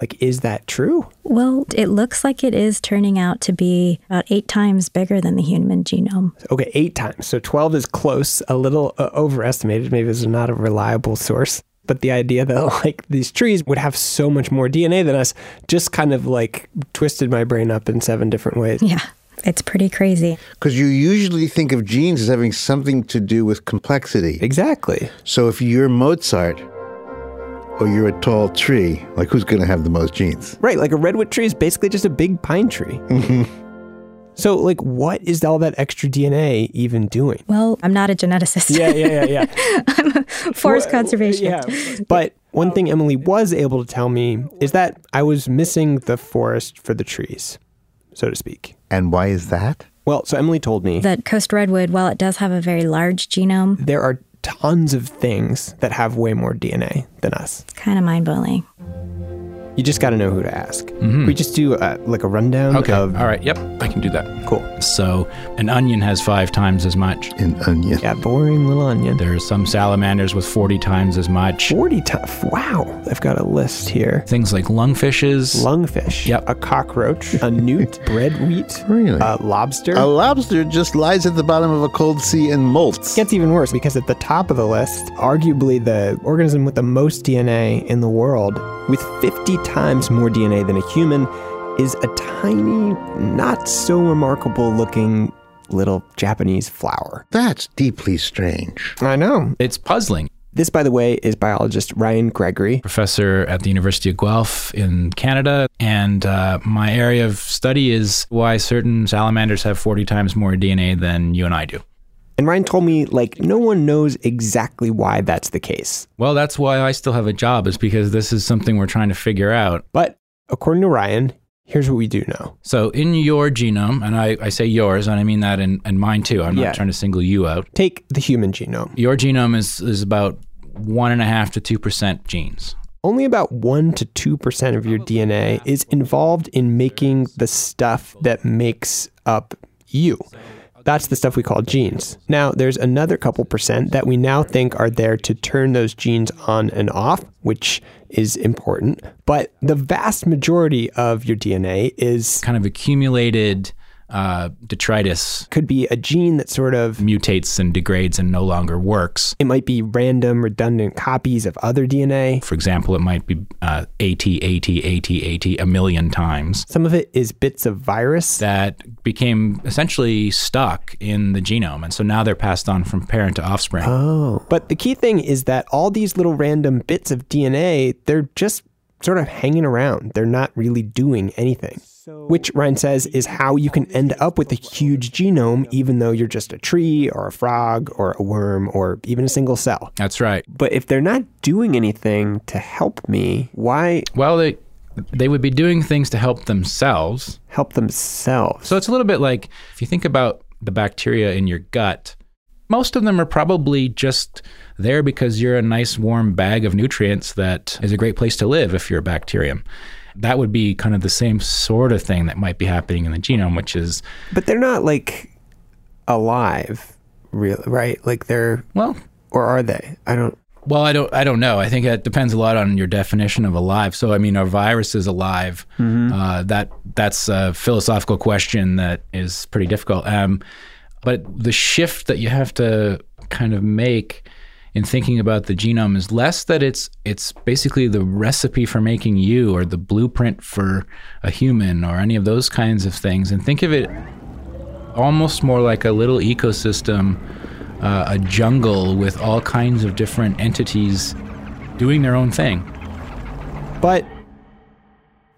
Like, is that true? Well, it looks like it is turning out to be about eight times bigger than the human genome. Okay, eight times. So 12 is close, a little uh, overestimated. Maybe it's not a reliable source. But the idea that [LAUGHS] like these trees would have so much more DNA than us just kind of like twisted my brain up in seven different ways. Yeah, it's pretty crazy. Because you usually think of genes as having something to do with complexity. Exactly. So if you're Mozart or you're a tall tree, like who's going to have the most genes? Right, like a redwood tree is basically just a big pine tree. So, like, what is all that extra DNA even doing? Well, I'm not a geneticist. Yeah, yeah, yeah, [LAUGHS] Forest conservation. yeah. But one thing Emily was able to tell me is that I was missing the forest for the trees, so to speak. And why is that? Well, so Emily told me That coast redwood, while it does have a very large genome, there are tons of things that have way more DNA than us. it's kind of mind blowing. You just got to know who to ask. We just do uh, like a rundown Okay. of. All right. Yep. I can do that. Cool. So an onion has five times as much. An onion. Yeah, boring little onion. There's some salamanders with 40 times as much. 40 times? Wow. I've got a list here. Things like lungfishes. Lungfish. Yep. A cockroach. A newt. [LAUGHS] bread wheat. Really? Oh, A lobster. A lobster just lies at the bottom of a cold sea and molts. gets even worse because at the top of the list, arguably the organism with the most DNA in the world, with 50 times more DNA than a human, is a tiny, not so remarkable looking little Japanese flower. That's deeply strange. I know. It's puzzling. This, by the way, is biologist Ryan Gregory. Professor at the University of Guelph in Canada. And uh, my area of study is why certain salamanders have 40 times more DNA than you and I do. And Ryan told me, like, no one knows exactly why that's the case. Well, that's why I still have a job, is because this is something we're trying to figure out. But according to Ryan, here's what we do know. So, in your genome, and I, I say yours, and I mean that in, in mine too, I'm not Yeah. trying to single you out. Take the human genome. Your genome is, is about one and a half to 2% genes. Only about 1 to 2% of your DNA is involved in making the stuff that makes up you. That's the stuff we call genes. Now, there's another couple percent that we now think are there to turn those genes on and off, which is important. But the vast majority of your DNA is Kind of accumulated uh, detritus could be a gene that sort of mutates and degrades and no longer works. it might be random, redundant copies of other DNA. For example, it might be uh, AT, AT, AT, AT a million times. Some of it is bits of virus. That became essentially stuck in the genome. And so now they're passed on from parent to offspring. Oh. But the key thing is that all these little random bits of DNA, they're just sort of hanging around. They're not really doing anything. Which Ryan says is how you can end up with a huge genome, even though you're just a tree or a frog or a worm or even a single cell. That's right. But if they're not doing anything to help me, why Well, they, they would be doing things to help themselves. help themselves? So it's a little bit like if you think about the bacteria in your gut, most of them are probably just there because you're a nice warm bag of nutrients that is a great place to live if you're a bacterium. That would be kind of the same sort of thing that might be happening in the genome, which is, But they're not like alive, really, right? Like they're well, or are they? I don't. well, I don't, I don't know. I think that depends a lot on your definition of alive. So, I mean, are viruses alive? Uh, that that's a philosophical question that is pretty difficult. Um, but the shift that you have to kind of make in thinking about the genome is less that it's it's basically the recipe for making you or the blueprint for a human or any of those kinds of things, and think of it almost more like a little ecosystem, uh, a jungle with all kinds of different entities doing their own thing. But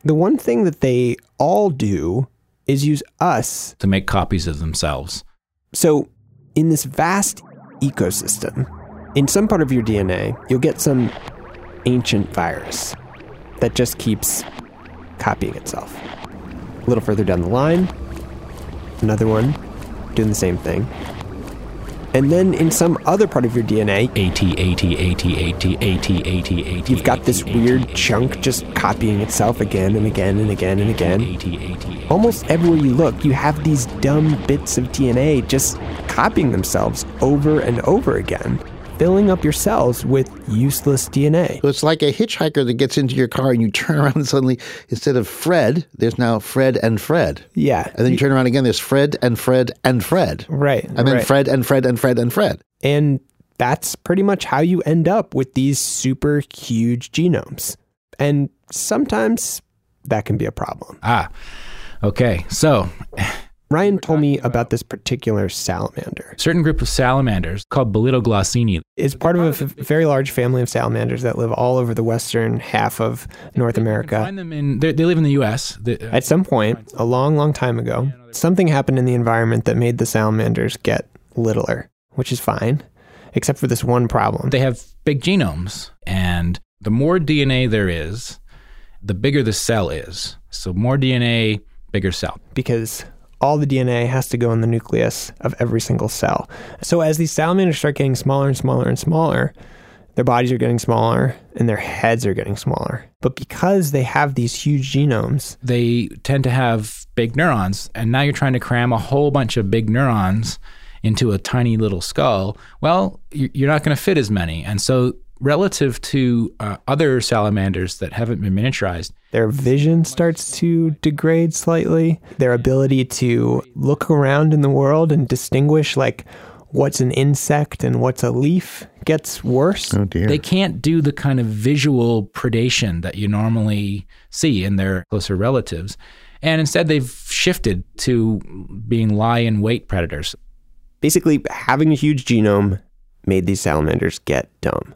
the one thing that they all do is use us to make copies of themselves. So, in this vast ecosystem, in some part of your DNA, you'll get some ancient virus that just keeps copying itself. A little further down the line, another one doing the same thing. And then in some other part of your DNA, AT, AT, AT, AT, AT, AT, AT. You've got this weird chunk just copying itself again and again and again and again. Almost everywhere you look, you have these dumb bits of DNA just copying themselves over and over again, filling up your cells with useless DNA. So it's like a hitchhiker that gets into your car and you turn [LAUGHS] around and suddenly, instead of Fred, there's now Fred and Fred. Yeah. And then you turn around again, there's Fred and Fred and Fred. Right. And then right. Fred and Fred and Fred and Fred. And that's pretty much how you end up with these super huge genomes. And sometimes that can be a problem. Ah, okay. So Ryan told me about this particular salamander. Certain group of salamanders called Belitoglossini. It's part of a f- very large family of salamanders that live all over the western half of North America. Find them in. They they uh, live in the U.S. The- At some point, a long, long time ago, something happened in the environment that made the salamanders get littler, which is fine, except for this one problem. They have big genomes, and the more DNA there is, the bigger the cell is. So more DNA, bigger cell. because all the DNA has to go in the nucleus of every single cell. So as these salamanders start getting smaller and smaller and smaller, their bodies are getting smaller and their heads are getting smaller. But because they have these huge genomes, They tend to have big neurons, and now you're trying to cram a whole bunch of big neurons into a tiny little skull. Well, you- you're not going to fit as many, and so relative to uh, other salamanders that haven't been miniaturized, their vision starts to degrade slightly. Their ability to look around in the world and distinguish like what's an insect and what's a leaf gets worse. Oh dear. They can't do the kind of visual predation that you normally see in their closer relatives. And instead, they've shifted to being lie in wait predators. Basically, having a huge genome made these salamanders get dumb.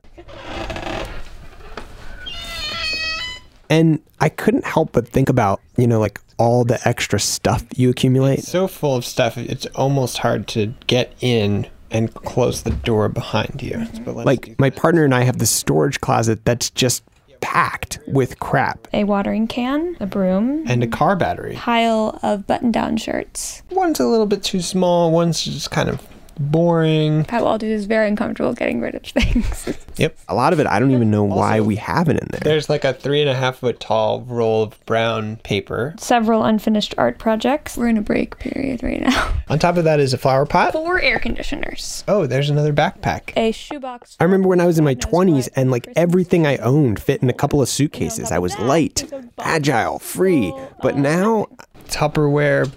And I couldn't help but think about, you know, like [LAUGHS] all the extra stuff you accumulate. So full of stuff, it's almost hard to get in and close the door behind you. Like, my partner and I have this storage closet that's just packed with crap a watering can, a broom, and a car battery. pile of button down shirts. One's a little bit too small, one's just kind of boring. Pat Walters is very uncomfortable getting rid of things. [LAUGHS] Yep. A lot of it, I don't even know why we have it in there. There's like a three and a half foot tall roll of brown paper. Several unfinished art projects. We're in a break period right now. On top of that is a flower pot. Four air conditioners. Oh, there's another backpack. A shoebox. I remember when I was in my 20s and like everything I owned fit in a couple of suitcases. I was light, agile, free. But now, Tupperware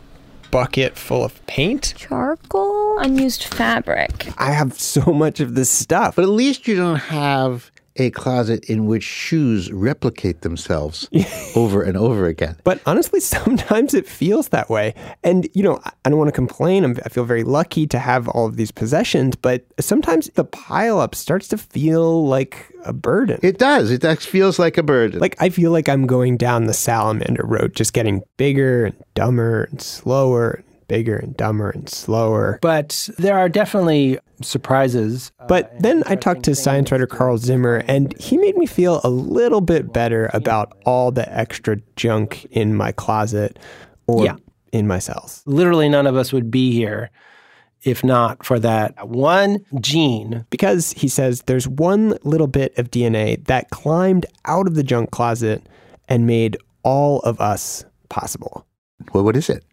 bucket full of paint. Charcoal. Unused fabric. I have so much of this stuff. But at least you don't have a closet in which shoes [LAUGHS] replicate themselves over and over again. But honestly, [LAUGHS] sometimes it feels that way. And, you know, I- I don't want to complain. I'm, I feel very lucky to have all of these possessions, but sometimes the pileup starts to feel like a burden. It does. It that feels like a burden. Like, I feel like I'm going down the salamander road, just getting bigger and dumber and slower, and bigger and dumber and slower. But there are definitely surprises. Uh, But then I talked to science writer Carl Zimmer, and he made me feel a little bit better about all the extra junk in my closet or Yeah. in my cells. Literally, none of us would be here if not for that one gene. Because he says there's one little bit of DNA that climbed out of the junk closet and made all of us possible. Well, what is it?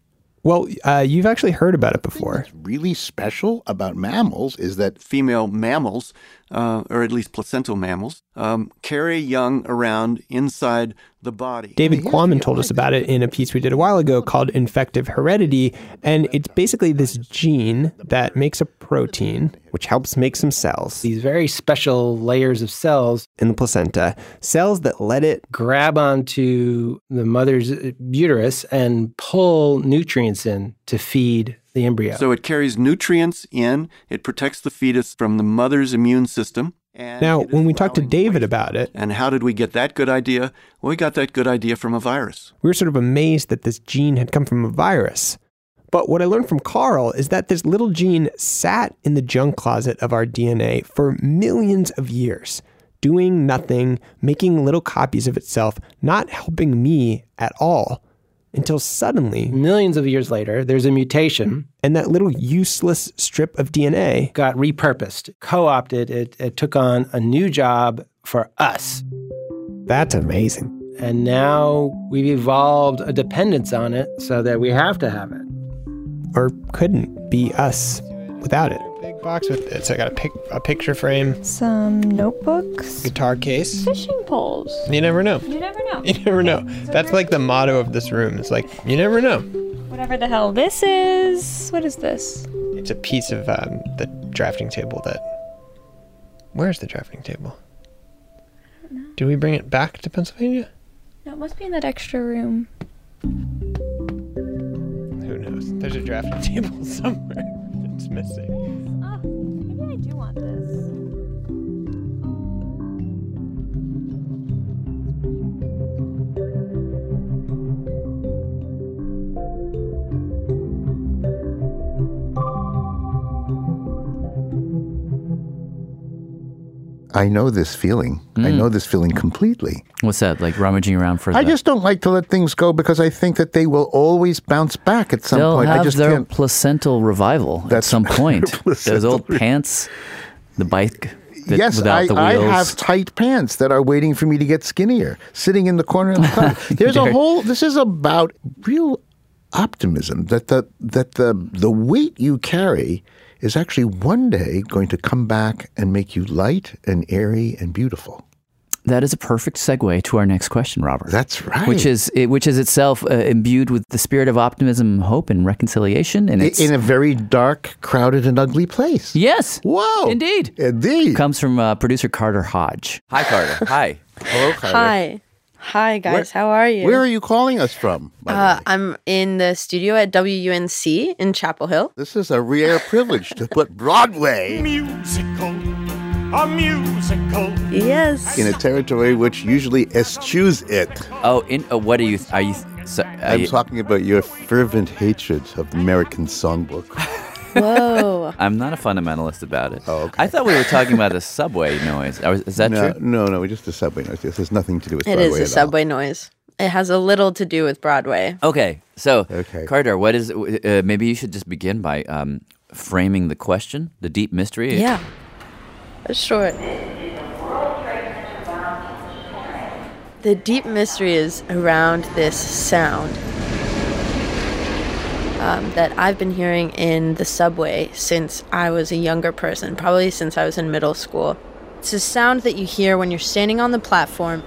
Well, uh, you've actually heard about it before. Really special about mammals is that female mammals, uh, or at least placental mammals, um, carry young around inside the body. David Quammen told us about it in a piece we did a while ago called Infective Heredity. And it's basically this gene that makes a protein, which helps make some cells. These very special layers of cells in the placenta, cells that let it grab onto the mother's uh, uterus and pull nutrients in to feed the embryo. So it carries nutrients in, it protects the fetus from the mother's immune system, And Now, when we talked to David about it, and how did we get that good idea? Well, we got that good idea from a virus. we were sort of amazed that this gene had come from a virus. But what I learned from Carl is that this little gene sat in the junk closet of our DNA for millions of years, doing nothing, making little copies of itself, not helping me at all, until suddenly, millions of years later, there's a mutation. And that little useless strip of DNA got repurposed, co opted. It, it took on a new job for us. That's amazing. And now we've evolved a dependence on it so that we have to have it. or couldn't be us without it. Big box with this. I got a, pic- a picture frame, Some notebooks. guitar case. Fishing poles. You never know. You never know. [LAUGHS] You never know. That's like the motto of this room. It's like, you never know. Whatever the hell this is. What is this? It's a piece of um, the drafting table that. Where's the drafting table? Do we bring it back to Pennsylvania? No, it must be in that extra room. Who knows? There's a drafting [LAUGHS] table somewhere that's missing. Maybe I do want this. I know this feeling. I Mm. know this feeling completely. What's that? Like rummaging around for I the- just don't like to let things go because I think that they will always bounce back at some They'll point. have I just their can't. placental revival at some [LAUGHS] point. Those old pants, the bike that, yes, without I, the I wheels. have tight pants that are waiting for me to get skinnier, sitting in the corner of the [LAUGHS] car. There's a There- whole. This is about real optimism that the that the the weight you carry is actually one day going to come back and make you light and airy and beautiful. That is a perfect segue to our next question, Robert. That's right. Which is it, which is itself uh, imbued with the spirit of optimism, hope, and reconciliation, and I- it's in a very dark, crowded, and ugly place. Yes. Whoa. Indeed. Indeed. Comes from uh, producer Carter Hodge. Hi, Carter. Hi. Hello, Carter. Hi. Hi, guys. How are you? Where are you calling us from? Uh, I'm in the studio at WUNC in Chapel Hill. This is a rare privilege to put Broadway Musical. A musical. Yes. in a territory which usually eschews it. Oh, in uh, what are you? Are you? So, are I'm you- talking about your fervent hatred of the American songbook. Whoa. I'm not a fundamentalist about it. Oh, okay. I thought we were talking about the subway noise. Are- Is that no, true? No, no, just the subway noise. [LAUGHS] This has nothing to do with It Broadway is a at all. subway noise. It has a little to do with Broadway. Okay, so Carter, what is? Uh, maybe you should just begin by um, framing the question, the deep mystery. Yeah. Sure. The deep mystery is around this sound um, that I've been hearing in the subway since I was a younger person, probably since I was in middle school. It's a sound that you hear when you're standing on the platform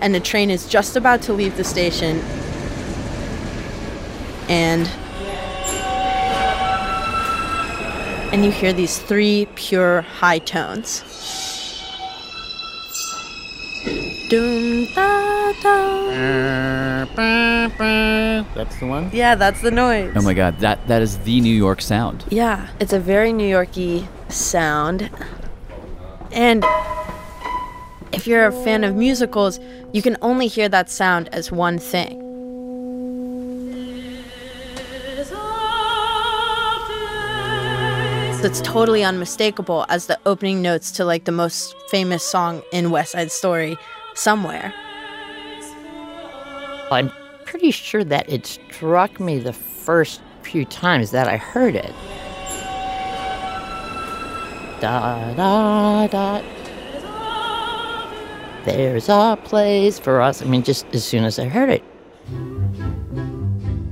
and the train is just about to leave the station and and you hear these three pure high tones. Doom da da. That's the one. Yeah, that's the noise. Oh my God, that that is the New York sound. Yeah, it's a very New Yorky sound. And if you're a fan of musicals, you can only hear that sound as one thing. So it's totally unmistakable as the opening notes to like the most famous song in West Side Story, Somewhere. I'm pretty sure that it struck me the first few times that I heard it. Da da da. There's a place for us. I mean, just as soon as I heard it.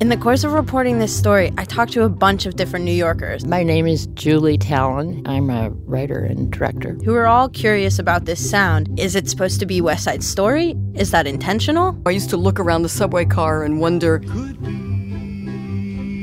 In the course of reporting this story, I talked to a bunch of different New Yorkers. My name is Julie Talon. I'm a writer and director. who are all curious about this sound. Is it supposed to be West Side Story? Is that intentional? I used to look around the subway car and wonder.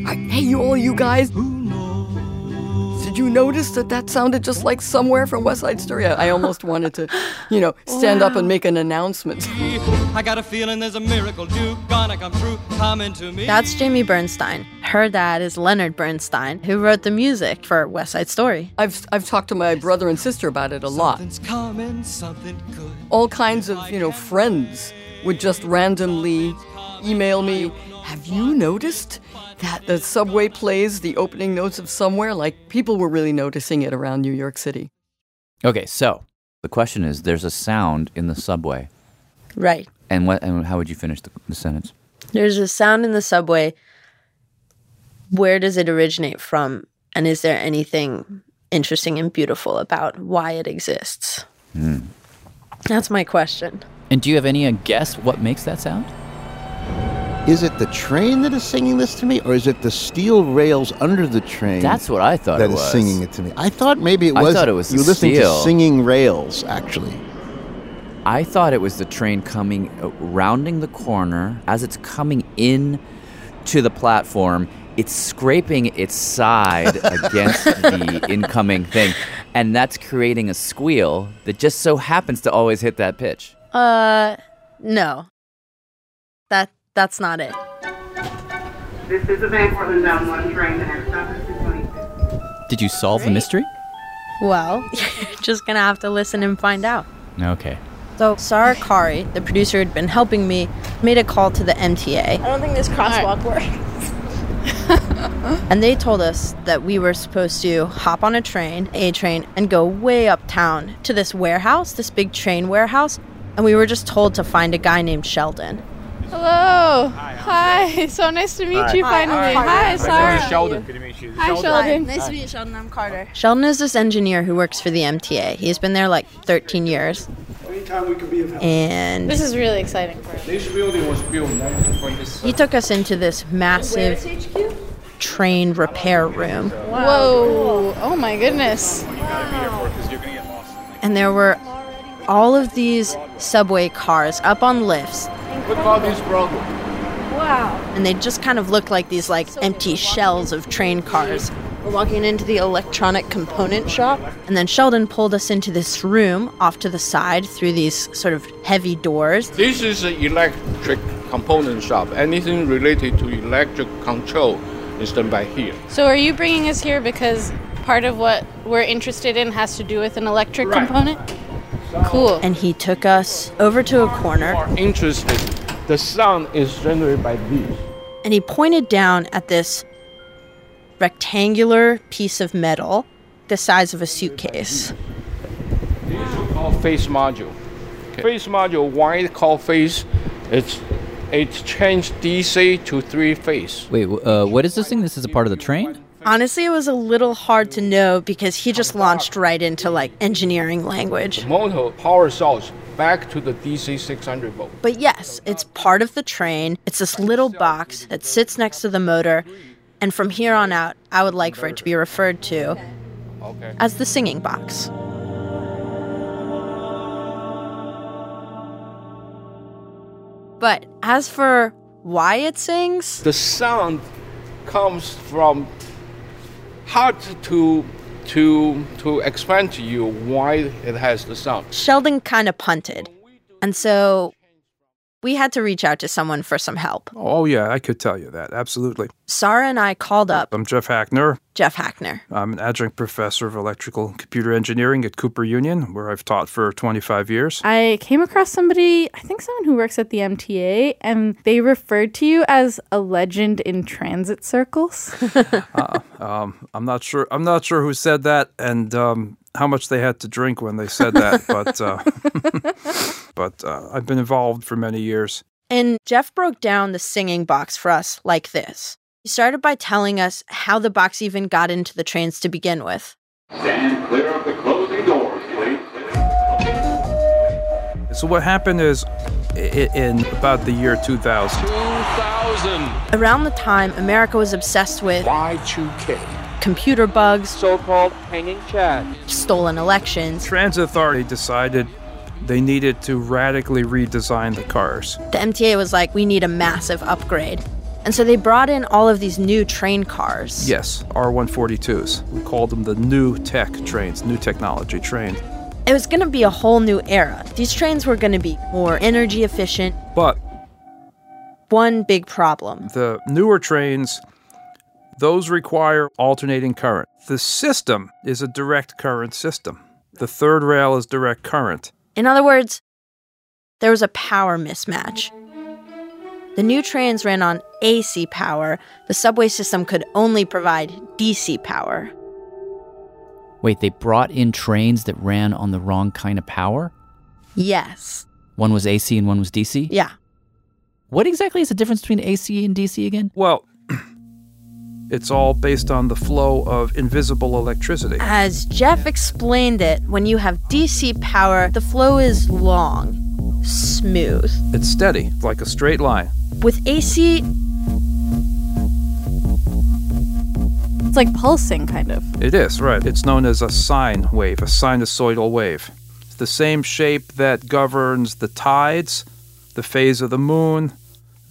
I, hey, you all, you guys. It's a Did you notice that that sounded just like somewhere from West Side Story? I I almost wanted to, you know, stand up and make an announcement. I got a feeling there's a miracle Duke gonna come true. Come into me. That's Jamie Bernstein. Her dad is Leonard Bernstein, who wrote the music for West Side Story. I've I've talked to my brother and sister about it a lot. Coming something good. All kinds of, you know, friends would just randomly email me, "Have you noticed that the subway plays the opening notes of somewhere?" Like people were really noticing it around New York City. Okay, so the question is there's a sound in the subway. Right. And what and how would you finish the, the sentence? There's a sound in the subway. Where does it originate from? And is there anything interesting and beautiful about why it exists? Hmm. That's my question. And do you have any uh, guess what makes that sound? Is it the train that is singing this to me, or is it the steel rails under the train? That's what I thought That it is was. singing it to me. I thought maybe it I was. thought it was you the were listening steel. to singing rails, actually. I thought it was the train coming uh, rounding the corner as it's coming in to the platform. It's scraping its [LAUGHS] side against the incoming thing, and that's creating a squeal that just so happens to always hit that pitch. Uh, no. That that's not it. This is the Van Cortlandt 911 train that has stop at 222. Did you solve the mystery? [LAUGHS] Well, you're just gonna have to listen and find out. Okay. So Sarah Kari, the producer who'd been helping me, made a call to the MTA, [GASPS] don't think this crosswalk works. and they told us that we were supposed to hop on a train, a train, and go way uptown to this warehouse, this big train warehouse, and we were just told to find a guy named Sheldon. Hello. Hi. So nice to meet you finally. Hi, Sarah. Good to meet you. Hi, Sheldon. Nice to meet you, Sheldon. I'm Carter. Sheldon is this engineer who works for the MTA. He's been there like 13 years. Anytime we can be of help. And This is really exciting for This building was built 1946. He took us into this massive train repair room, Whoa. Oh my goodness. and there were all of these subway cars up on lifts, We call this problem. Wow. and they just kind of looked like these like empty shells of train cars. We're walking into the electronic component shop, and then Sheldon pulled us into this room off to the side through these sort of heavy doors. This is an electric component shop. Anything related to electric control is done by here. So are you bringing us here because part of what we're interested in has to do with an electric component? Cool. And he took us over to a corner, Interested, the sound is generated by this. and he pointed down at this rectangular piece of metal the size of a suitcase. Called phase module. Phase module, why it called phase? It's it's changed DC to three phase. Wait, wh- uh, what is this thing? This is a part of the train? Honestly, it was a little hard to know because he just launched right into like engineering language. Motor power source back to the DC 600 volt. But yes, it's part of the train. It's this little box that sits next to the motor. And from here on out, I would like for it to be referred to Okay. as the singing box. But as for why it sings, The sound comes from hard to to to explain to you why it has the sound. Sheldon kind of punted. And so we had to reach out to someone for some help. Oh, yeah, I could tell you that. Absolutely. Sarah and I called up I'm Jeff Hackner. Jeff Hackner. I'm an adjunct professor of electrical and computer engineering at Cooper Union, where I've taught for 25 years. I came across somebody, I think someone who works at the MTA, and they referred to you as a legend in transit circles. [LAUGHS] Uh, um, I'm not sure. I'm not sure who said that, and um, how much they had to drink when they said that. [LAUGHS] But [LAUGHS] uh, but uh, I've been involved for many years. And Jeff broke down the singing box for us like this. He started by telling us how the box even got into the trains to begin with. Stand clear of the closing doors, please. So what happened is, i- i- in about the year 2000, 2000. Around the time, America was obsessed with Y2K, computer bugs, so-called hanging chat, stolen elections. Transit Authority decided they needed to radically redesign the cars. The MTA was like, we need a massive upgrade. And so they brought in all of these new train cars. Yes, R142s. We called them the new tech trains, new technology trains. It was going to be a whole new era. These trains were going to be more energy efficient. But One big problem. the newer trains, those require alternating current. The system is a direct current system. The third rail is direct current. In other words, there was a power mismatch. The new trains ran on AC power. The subway system could only provide DC power. Wait, they brought in trains that ran on the wrong kind of power? Yes. One was AC and one was DC? Yeah. What exactly is the difference between AC and DC again? Well, it's all based on the flow of invisible electricity. As Jeff explained it, when you have DC power, the flow is long, smooth. It's steady, like a straight line. With AC, It's like pulsing, kind of. It is, right. It's known as a sine wave, a sinusoidal wave. It's the same shape that governs the tides, the phase of the moon,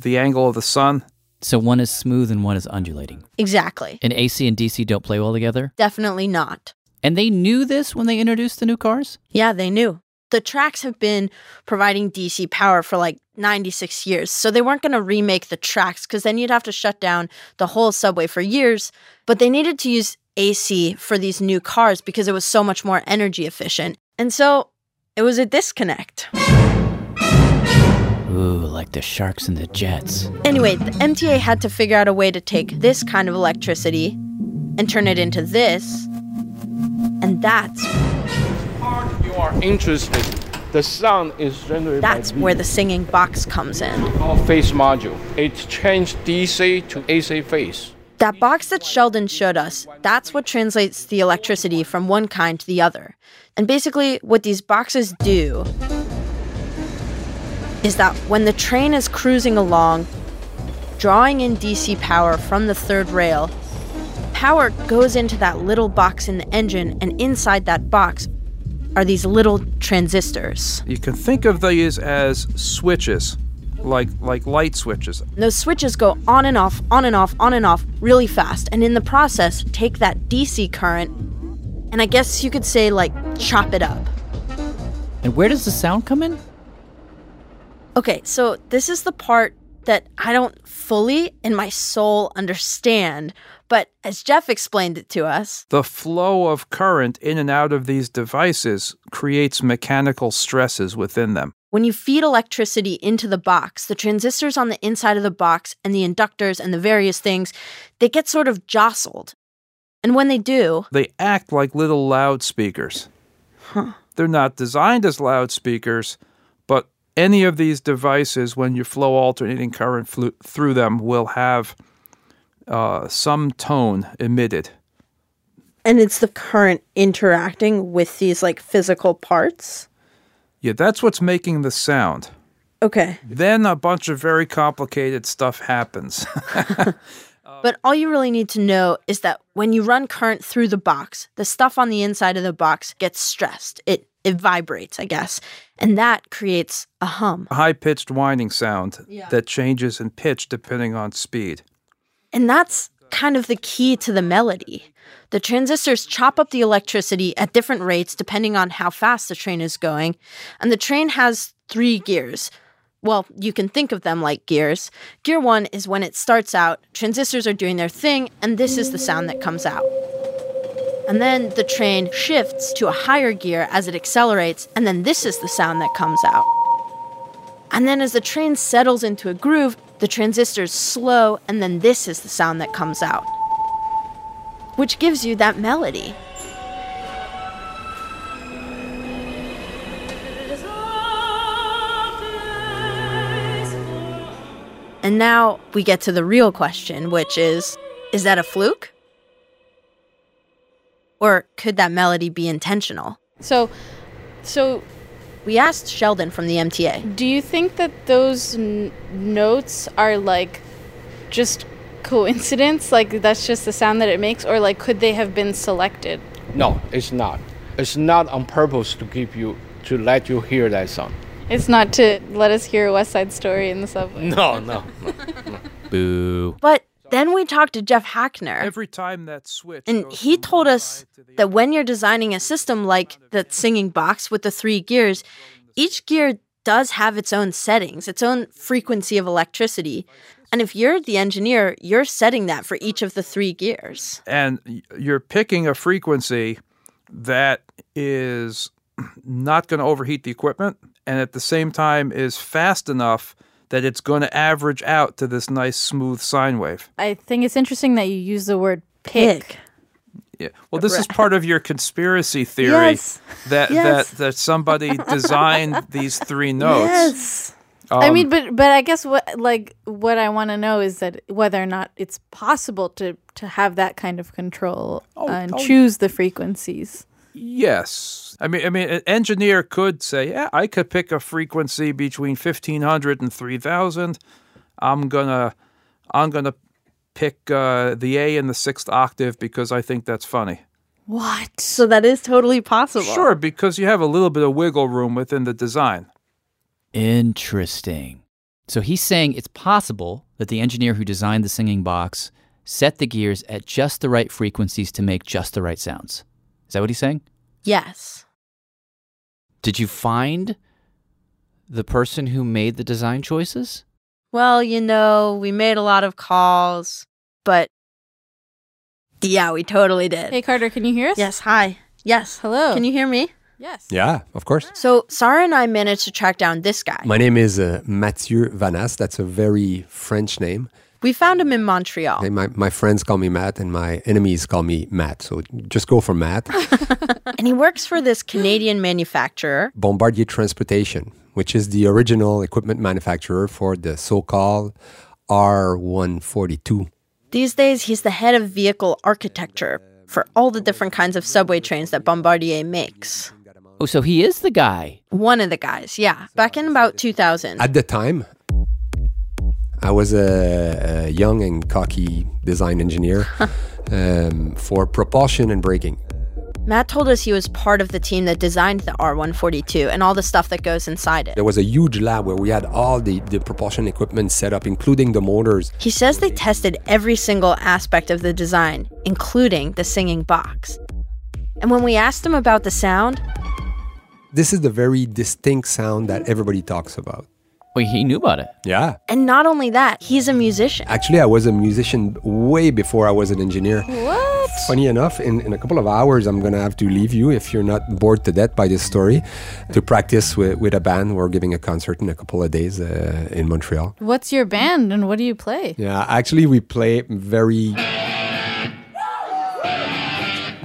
the angle of the sun. So one is smooth and one is undulating. exactly. And AC and DC don't play well together? Definitely not. And they knew this when they introduced the new cars? Yeah, they knew. The tracks have been providing DC power for like 96 years, so they weren't going to remake the tracks because then you'd have to shut down the whole subway for years. But they needed to use AC for these new cars because it was so much more energy efficient. And so it was a disconnect. Ooh, like the sharks and the jets. Anyway, the MTA had to figure out a way to take this kind of electricity and turn it into this. And that's You are interested. The sound is generated that's by where the singing box comes in. called phase module. It changed DC to AC phase. That box that Sheldon showed us, that's what translates the electricity from one kind to the other. And basically, what these boxes do is that when the train is cruising along, drawing in DC power from the third rail, power goes into that little box in the engine, and inside that box are these little transistors. You can think of these as switches, like like light switches. And Those switches go on and off, on and off, on and off really fast, and in the process, take that DC current and I guess you could say, like, chop it up. And where does the sound come in? Okay, so this is the part that I don't fully in my soul understand, but as Jeff explained it to us, The flow of current in and out of these devices creates mechanical stresses within them. when you feed electricity into the box, the transistors on the inside of the box and the inductors and the various things, they get sort of jostled. And when they do, They act like little loudspeakers. They're not designed as loudspeakers, but any of these devices, when you flow alternating current flu- through them, will have uh, some tone emitted. and it's the current interacting with these like physical parts. Yeah, that's what's making the sound. Okay. Then a bunch of very complicated stuff happens. [LAUGHS] Oh. But all you really need to know is that when you run current through the box, the stuff on the inside of the box gets stressed. It it vibrates, I guess. And that creates a hum. a high pitched whining sound Yeah. that changes in pitch depending on speed. And that's kind of the key to the melody. The transistors chop up the electricity at different rates depending on how fast the train is going. And the train has three gears. Well, you can think of them like gears. Gear one is when it starts out, transistors are doing their thing, and this is the sound that comes out. And then the train shifts to a higher gear as it accelerates, and then this is the sound that comes out. And then as the train settles into a groove, the transistors slow, and then this is the sound that comes out, which gives you that melody. And now we get to the real question, which is is that a fluke? Or could that melody be intentional? So, so We asked Sheldon from the MTA. do you think that those n- notes are like just coincidence? Like that's just the sound that it makes, or like could they have been selected? No, it's not. It's not on purpose to give you to let you hear that sound. It's not to let us hear West Side Story in the subway. No, no, no, no. Boo. But then we talked to Jeff Hackner. Every time that switch. And he told us that when you're designing a system like that singing box with the three gears, each gear does have its own settings, its own frequency of electricity. And if you're the engineer, you're setting that for each of the three gears. and y- you're picking a frequency that is not going to overheat the equipment and at the same time is fast enough that it's going to average out to this nice smooth sine wave. I think it's interesting that you use the word pick. Yeah. Well, this is part of your conspiracy theory Yes. that Yes. that that somebody designed these [LAUGHS] three notes. Yes. I Um, mean, but but I guess what like what I want to know is that whether or not it's possible to to have that kind of control and oh. choose the frequencies. Yes. I mean, I mean, an engineer could say, yeah, I could pick a frequency between 1500 and 3000. I'm going to, I'm going to pick uh, the A in the sixth octave because I think that's funny. What? So that is totally possible. Sure, because you have a little bit of wiggle room within the design. Interesting. So he's saying it's possible that the engineer who designed the singing box set the gears at just the right frequencies to make just the right sounds. Is that what he's saying? Yes. Did you find the person who made the design choices? Well, you know, we made a lot of calls, but yeah, we totally did. Hey Carter, can you hear us? Yes, hi. Yes. Hello. Can you hear me? Yeah, of course. So, Sarah and I managed to track down this guy. My name is uh, Mathieu Vanas. That's a very French name. We found him in [LAUGHS] Montreal. They- my, my friends call me Matt and my enemies call me Matt. So just go for Matt. and he works for this Canadian manufacturer. Bombardier Transportation, which is the original equipment manufacturer for the so called R142. These days, he's the head of vehicle architecture for all the different kinds of subway trains that Bombardier makes. Oh, so he is the guy. One of the guys, yeah, back in about 2000. At the time, I was a, a young and cocky design engineer um, for propulsion and braking. Matt told us he was part of the team that designed the R142 and all the stuff that goes inside it. There was a huge lab where we had all the, the propulsion equipment set up, including the motors. He says they tested every single aspect of the design, including the singing box. And when we asked him about the sound, This is the very distinct sound that everybody talks about. Wait, he knew about it. Yeah. and not only that, he's a musician. Actually, I was a musician way before I was an engineer. What? Funny enough, in, in a couple of hours, I'm going to have to leave you if you're not bored to death by this story to practice with, with a band. We're giving a concert in a couple of days uh, in Montreal. What's your band and what do you play? Yeah, actually, we play very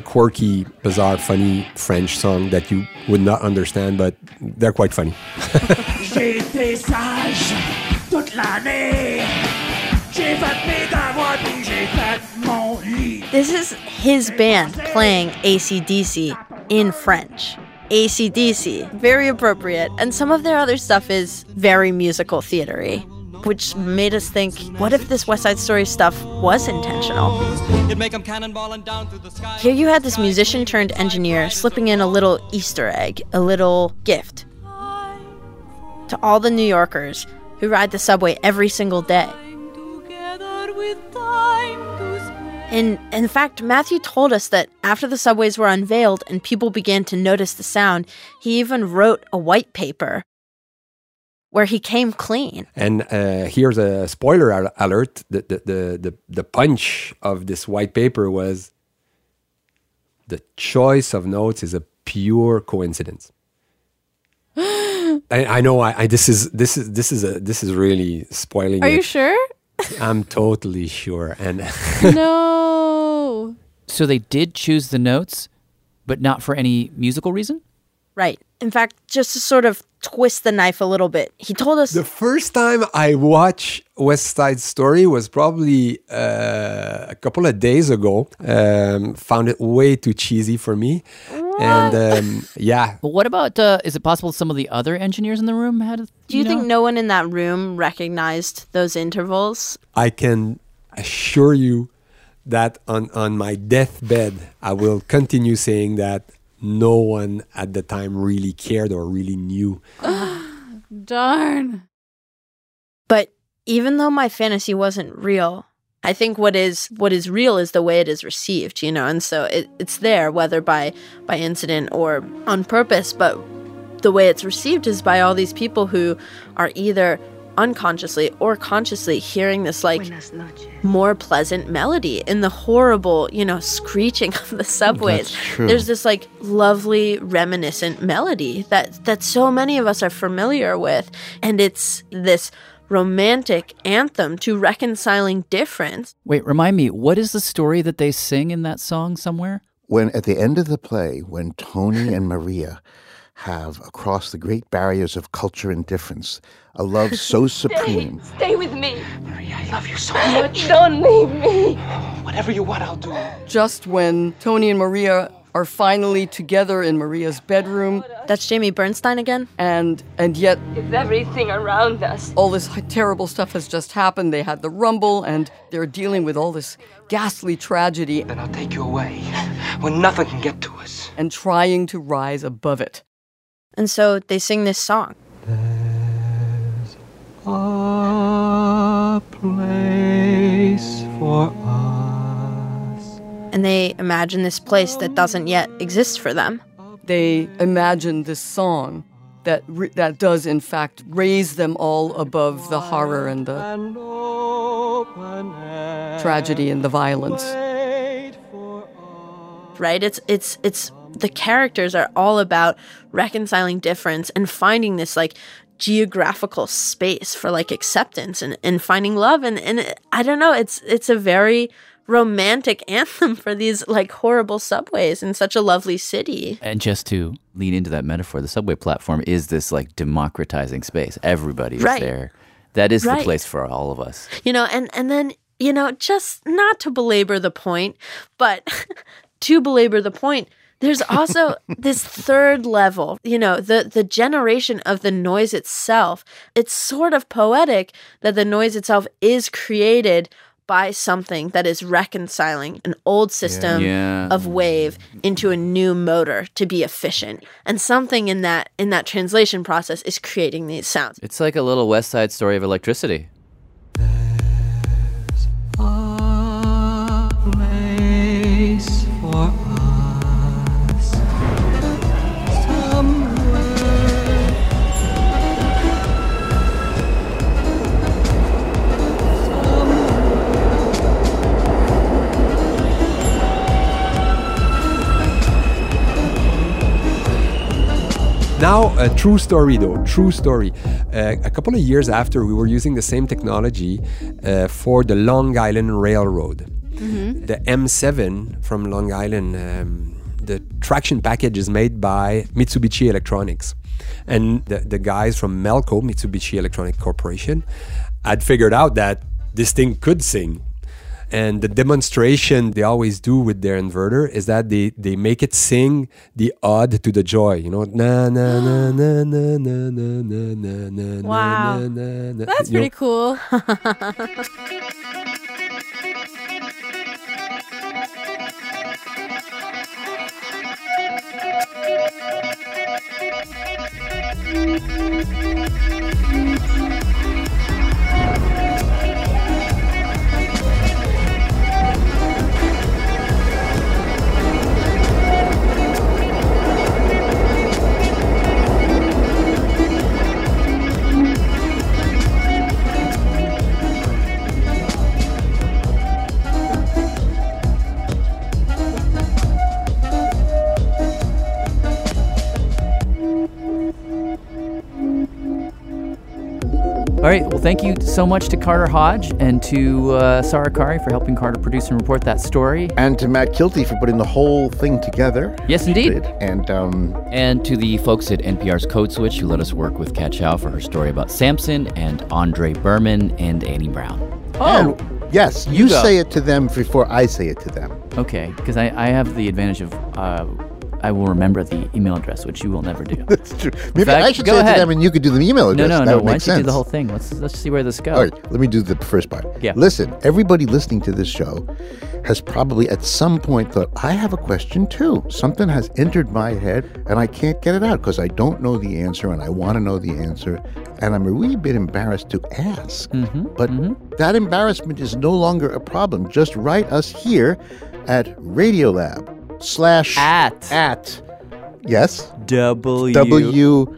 quirky, bizarre, funny French song that you would not understand, but they're quite funny. [LAUGHS] J'ai été sage toute l'année. J'ai fait mes devoirs puis j'ai fait mon lit. This is his band playing ACDC in French. ACDC, very appropriate. And some of their other stuff is very musical theatery, which made us think what if this West Side Story stuff was intentional? It make 'em cannonballing down through the sky. Here you had this musician turned engineer slipping in a little Easter egg, a little gift to all the New Yorkers who ride the subway every single day. And in fact, Matthew told us that after the subways were unveiled and people began to notice the sound, he even wrote a white paper where he came clean. And uh, here's a spoiler al- alert: the the, the the the punch of this white paper was the choice of notes is a pure coincidence. [GASPS] I, I know. I, I this is this is this is a this is really spoiling. Are it. you [LAUGHS] sure? I'm totally sure. And [LAUGHS] no. So they did choose the notes, but not for any musical reason? Right. In fact, just to sort of twist the knife a little bit, he told us the first time I watched West Side Story was probably uh, a couple of days ago. Um, found it way too cheesy for me. And um, yeah, But what about, uh, is it possible some of the other engineers in the room had a. Do you, know? think no one in that room recognized those intervals? I can assure you that on, on my deathbed, I will continue saying that no one at the time really cared or really knew. Darn. But even though my fantasy wasn't real, I think what is what is real is the way it is received, you know, and so it, it's there whether by by incident or on purpose, but the way it's received is by all these people who are either unconsciously or consciously hearing this like more pleasant melody in the horrible, you know, screeching [LAUGHS] of the subways. That's true. There's this like lovely reminiscent melody that that so many of us are familiar with and it's this romantic anthem to reconciling difference. Wait, remind me, what is the story that they sing in that song somewhere? When at the end of the play, when Tony and Maria have across the great barriers of culture and difference a love [LAUGHS] so supreme, Stay with me. Maria, I love you so much. Don't leave me. Whatever you want, I'll do. Just when Tony and Maria are finally together in Maria's bedroom. That's Jamie Bernstein again. And and yet It's everything around us. all this h- terrible stuff has just happened. They had the rumble and they're dealing with all this ghastly tragedy. Then I'll take you away when nothing can get to us. And trying to rise above it. And so they sing this song. A place for And they imagine this place that doesn't yet exist for them. They imagine this song that re- that does in fact raise them all above the horror and the tragedy and the violence. right it's it's it's the characters are all about reconciling difference and finding this like geographical space for like acceptance and, and finding love and and it- i don't know it's it's a very romantic [LAUGHS] anthem for these like horrible subways in such a lovely city And just to lean into that metaphor, the subway platform is this like democratizing space. Everybody is Right. there. That is Right. the place for all of us. you know and and then you know just not to belabor the point but [LAUGHS] to belabor the point there's [LAUGHS] also this third level you know the the generation of the noise itself it's sort of poetic that the noise itself is created by something that is reconciling an old system Yeah. of wave into a new motor to be efficient and something in that in that translation process is creating these sounds It's like a little West Side story of electricity. place for us. Somewhere. Now, a true story though, true story. Uh, a couple of years after, we were using the same technology uh, for the Long Island Railroad. Mm-hmm. The M7 from Long Island, um, the traction package is made by Mitsubishi Electronics. And the, the guys from Melco, Mitsubishi Electronic Corporation, had figured out that this thing could sing. And the demonstration they always do with their inverter is that they, they make it sing the ode to the joy, you know, na na [GASPS] na na na na na na na na Wow. na na na. That's you know, pretty [LAUGHS] cool. All right. Well, thank you so much to Carter Hodge and to uh, Sarah Kari for helping Carter produce and report that story. and to Matt Kilty for putting the whole thing together. Yes, indeed. And um, and to the folks at NPR's Code Switch who let us work with Kat Chow for her story about Samson and Andre Berman and Annie Brown. Oh, yes, You you, go. say it to them before I say it to them. Okay, because I, I have the advantage of uh, I will remember the email address, which you will never do. [LAUGHS] That's true. Maybe fact, I should go say it ahead. to them and you could do the email No, address. no, That no. would Why make don't you do sense. the whole thing? Let's let's see where this goes. [LAUGHS] All right, let me do the first part. Yeah. Listen, everybody listening to this show has probably at some point thought, I have a question too. Something has entered my head and I can't get it out because I don't know the answer and I want to know the answer and I'm a wee bit embarrassed to ask. Mm-hmm, But that embarrassment is no longer a problem. Just write us here at Radiolab slash at at yes W W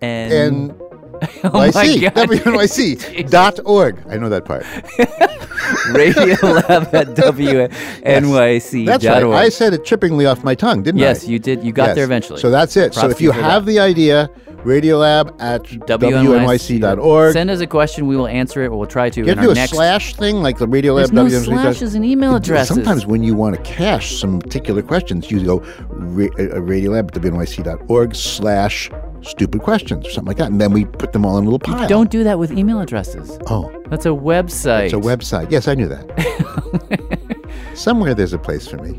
N. N [LAUGHS] Oh my YC, God. [LAUGHS] WNYC dot org. I know that part. Radiolab at [LAUGHS] WNYC. That's right. I said it trippingly off my tongue, didn't I? Yes, you did. You got there eventually. So that's it. so Props if to you for have the idea, Radiolab at WNYC. WNYC.org. Send us a question. We will answer it. or We'll try to Get in our do a next. slash thing like the Radiolab There's no WNYC. slashes in email addresses. Sometimes when you want to cache some particular questions, you go ra- uh, Radiolab at WNYC.org slash stupid questions or something like that. And then we put them all in a little pile. You don't do that with email addresses. Oh. That's a website. It's a website. Yes, I knew that. [LAUGHS] Somewhere there's a place for me.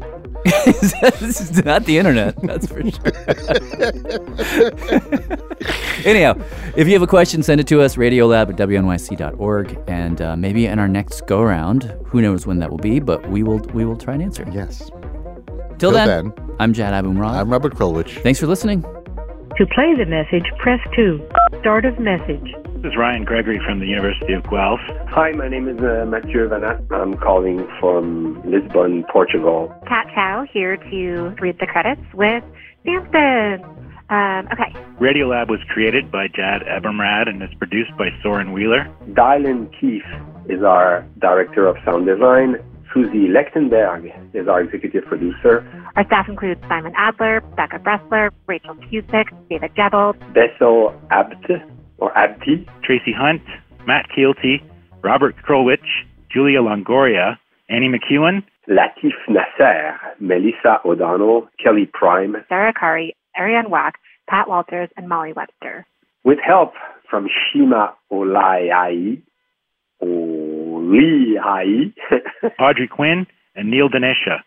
this is not the internet, that's [LAUGHS] for sure. [LAUGHS] Anyhow, if you have a question, send it to us, radiolab at wnyc.org. And uh, maybe in our next go round, who knows when that will be, but we will we will try and answer. Yes. Till Till then, I'm Jad Abumrad. I'm Robert Krolwich. Thanks for listening. To play the message, press 2. Start of message. This is Ryan Gregory from the University of Guelph. Hi, my name is uh, Mathieu Vanat. I'm calling from Lisbon, Portugal. Cat Chow here to read the credits with Samson. Um, okay. Radiolab was created by Jad Abumrad and is produced by Soren Wheeler. Dylan Keefe. Is our director of sound design. Susie Lechtenberg is our executive producer. Our staff includes Simon Adler, Becca Bressler, Rachel Cusick, David Gebel, Bessel Abt or Abti. Tracy Hunt, Matt Keelty, Robert Krolwich, Julia Longoria, Annie McEwen. Latif Nasser, Melissa O'Donnell, Kelly Prime, Sarah Curry, Ariane Wack, Pat Walters, and Molly Webster. with help from Shima Olaiai, [LAUGHS] Olihai, Audrey Quinn, and Neil Dinesha.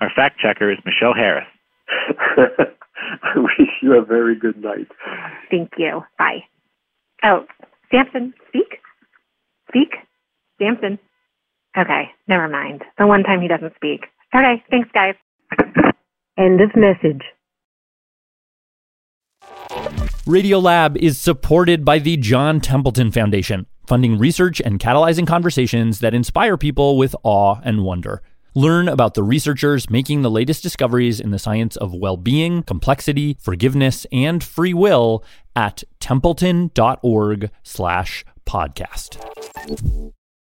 Our fact checker is Michelle Harris. [LAUGHS] I wish you a very good night. Thank you. Bye. Oh, Samson, speak. Speak. Samson. Okay, never mind. The one time he doesn't speak. Okay, thanks, guys. End of message. Radiolab is supported by the John Templeton Foundation, funding research and catalyzing conversations that inspire people with awe and wonder. Learn about the researchers making the latest discoveries in the science of well being, complexity, forgiveness, and free Mm-hmm. will at templeton.org slash podcast.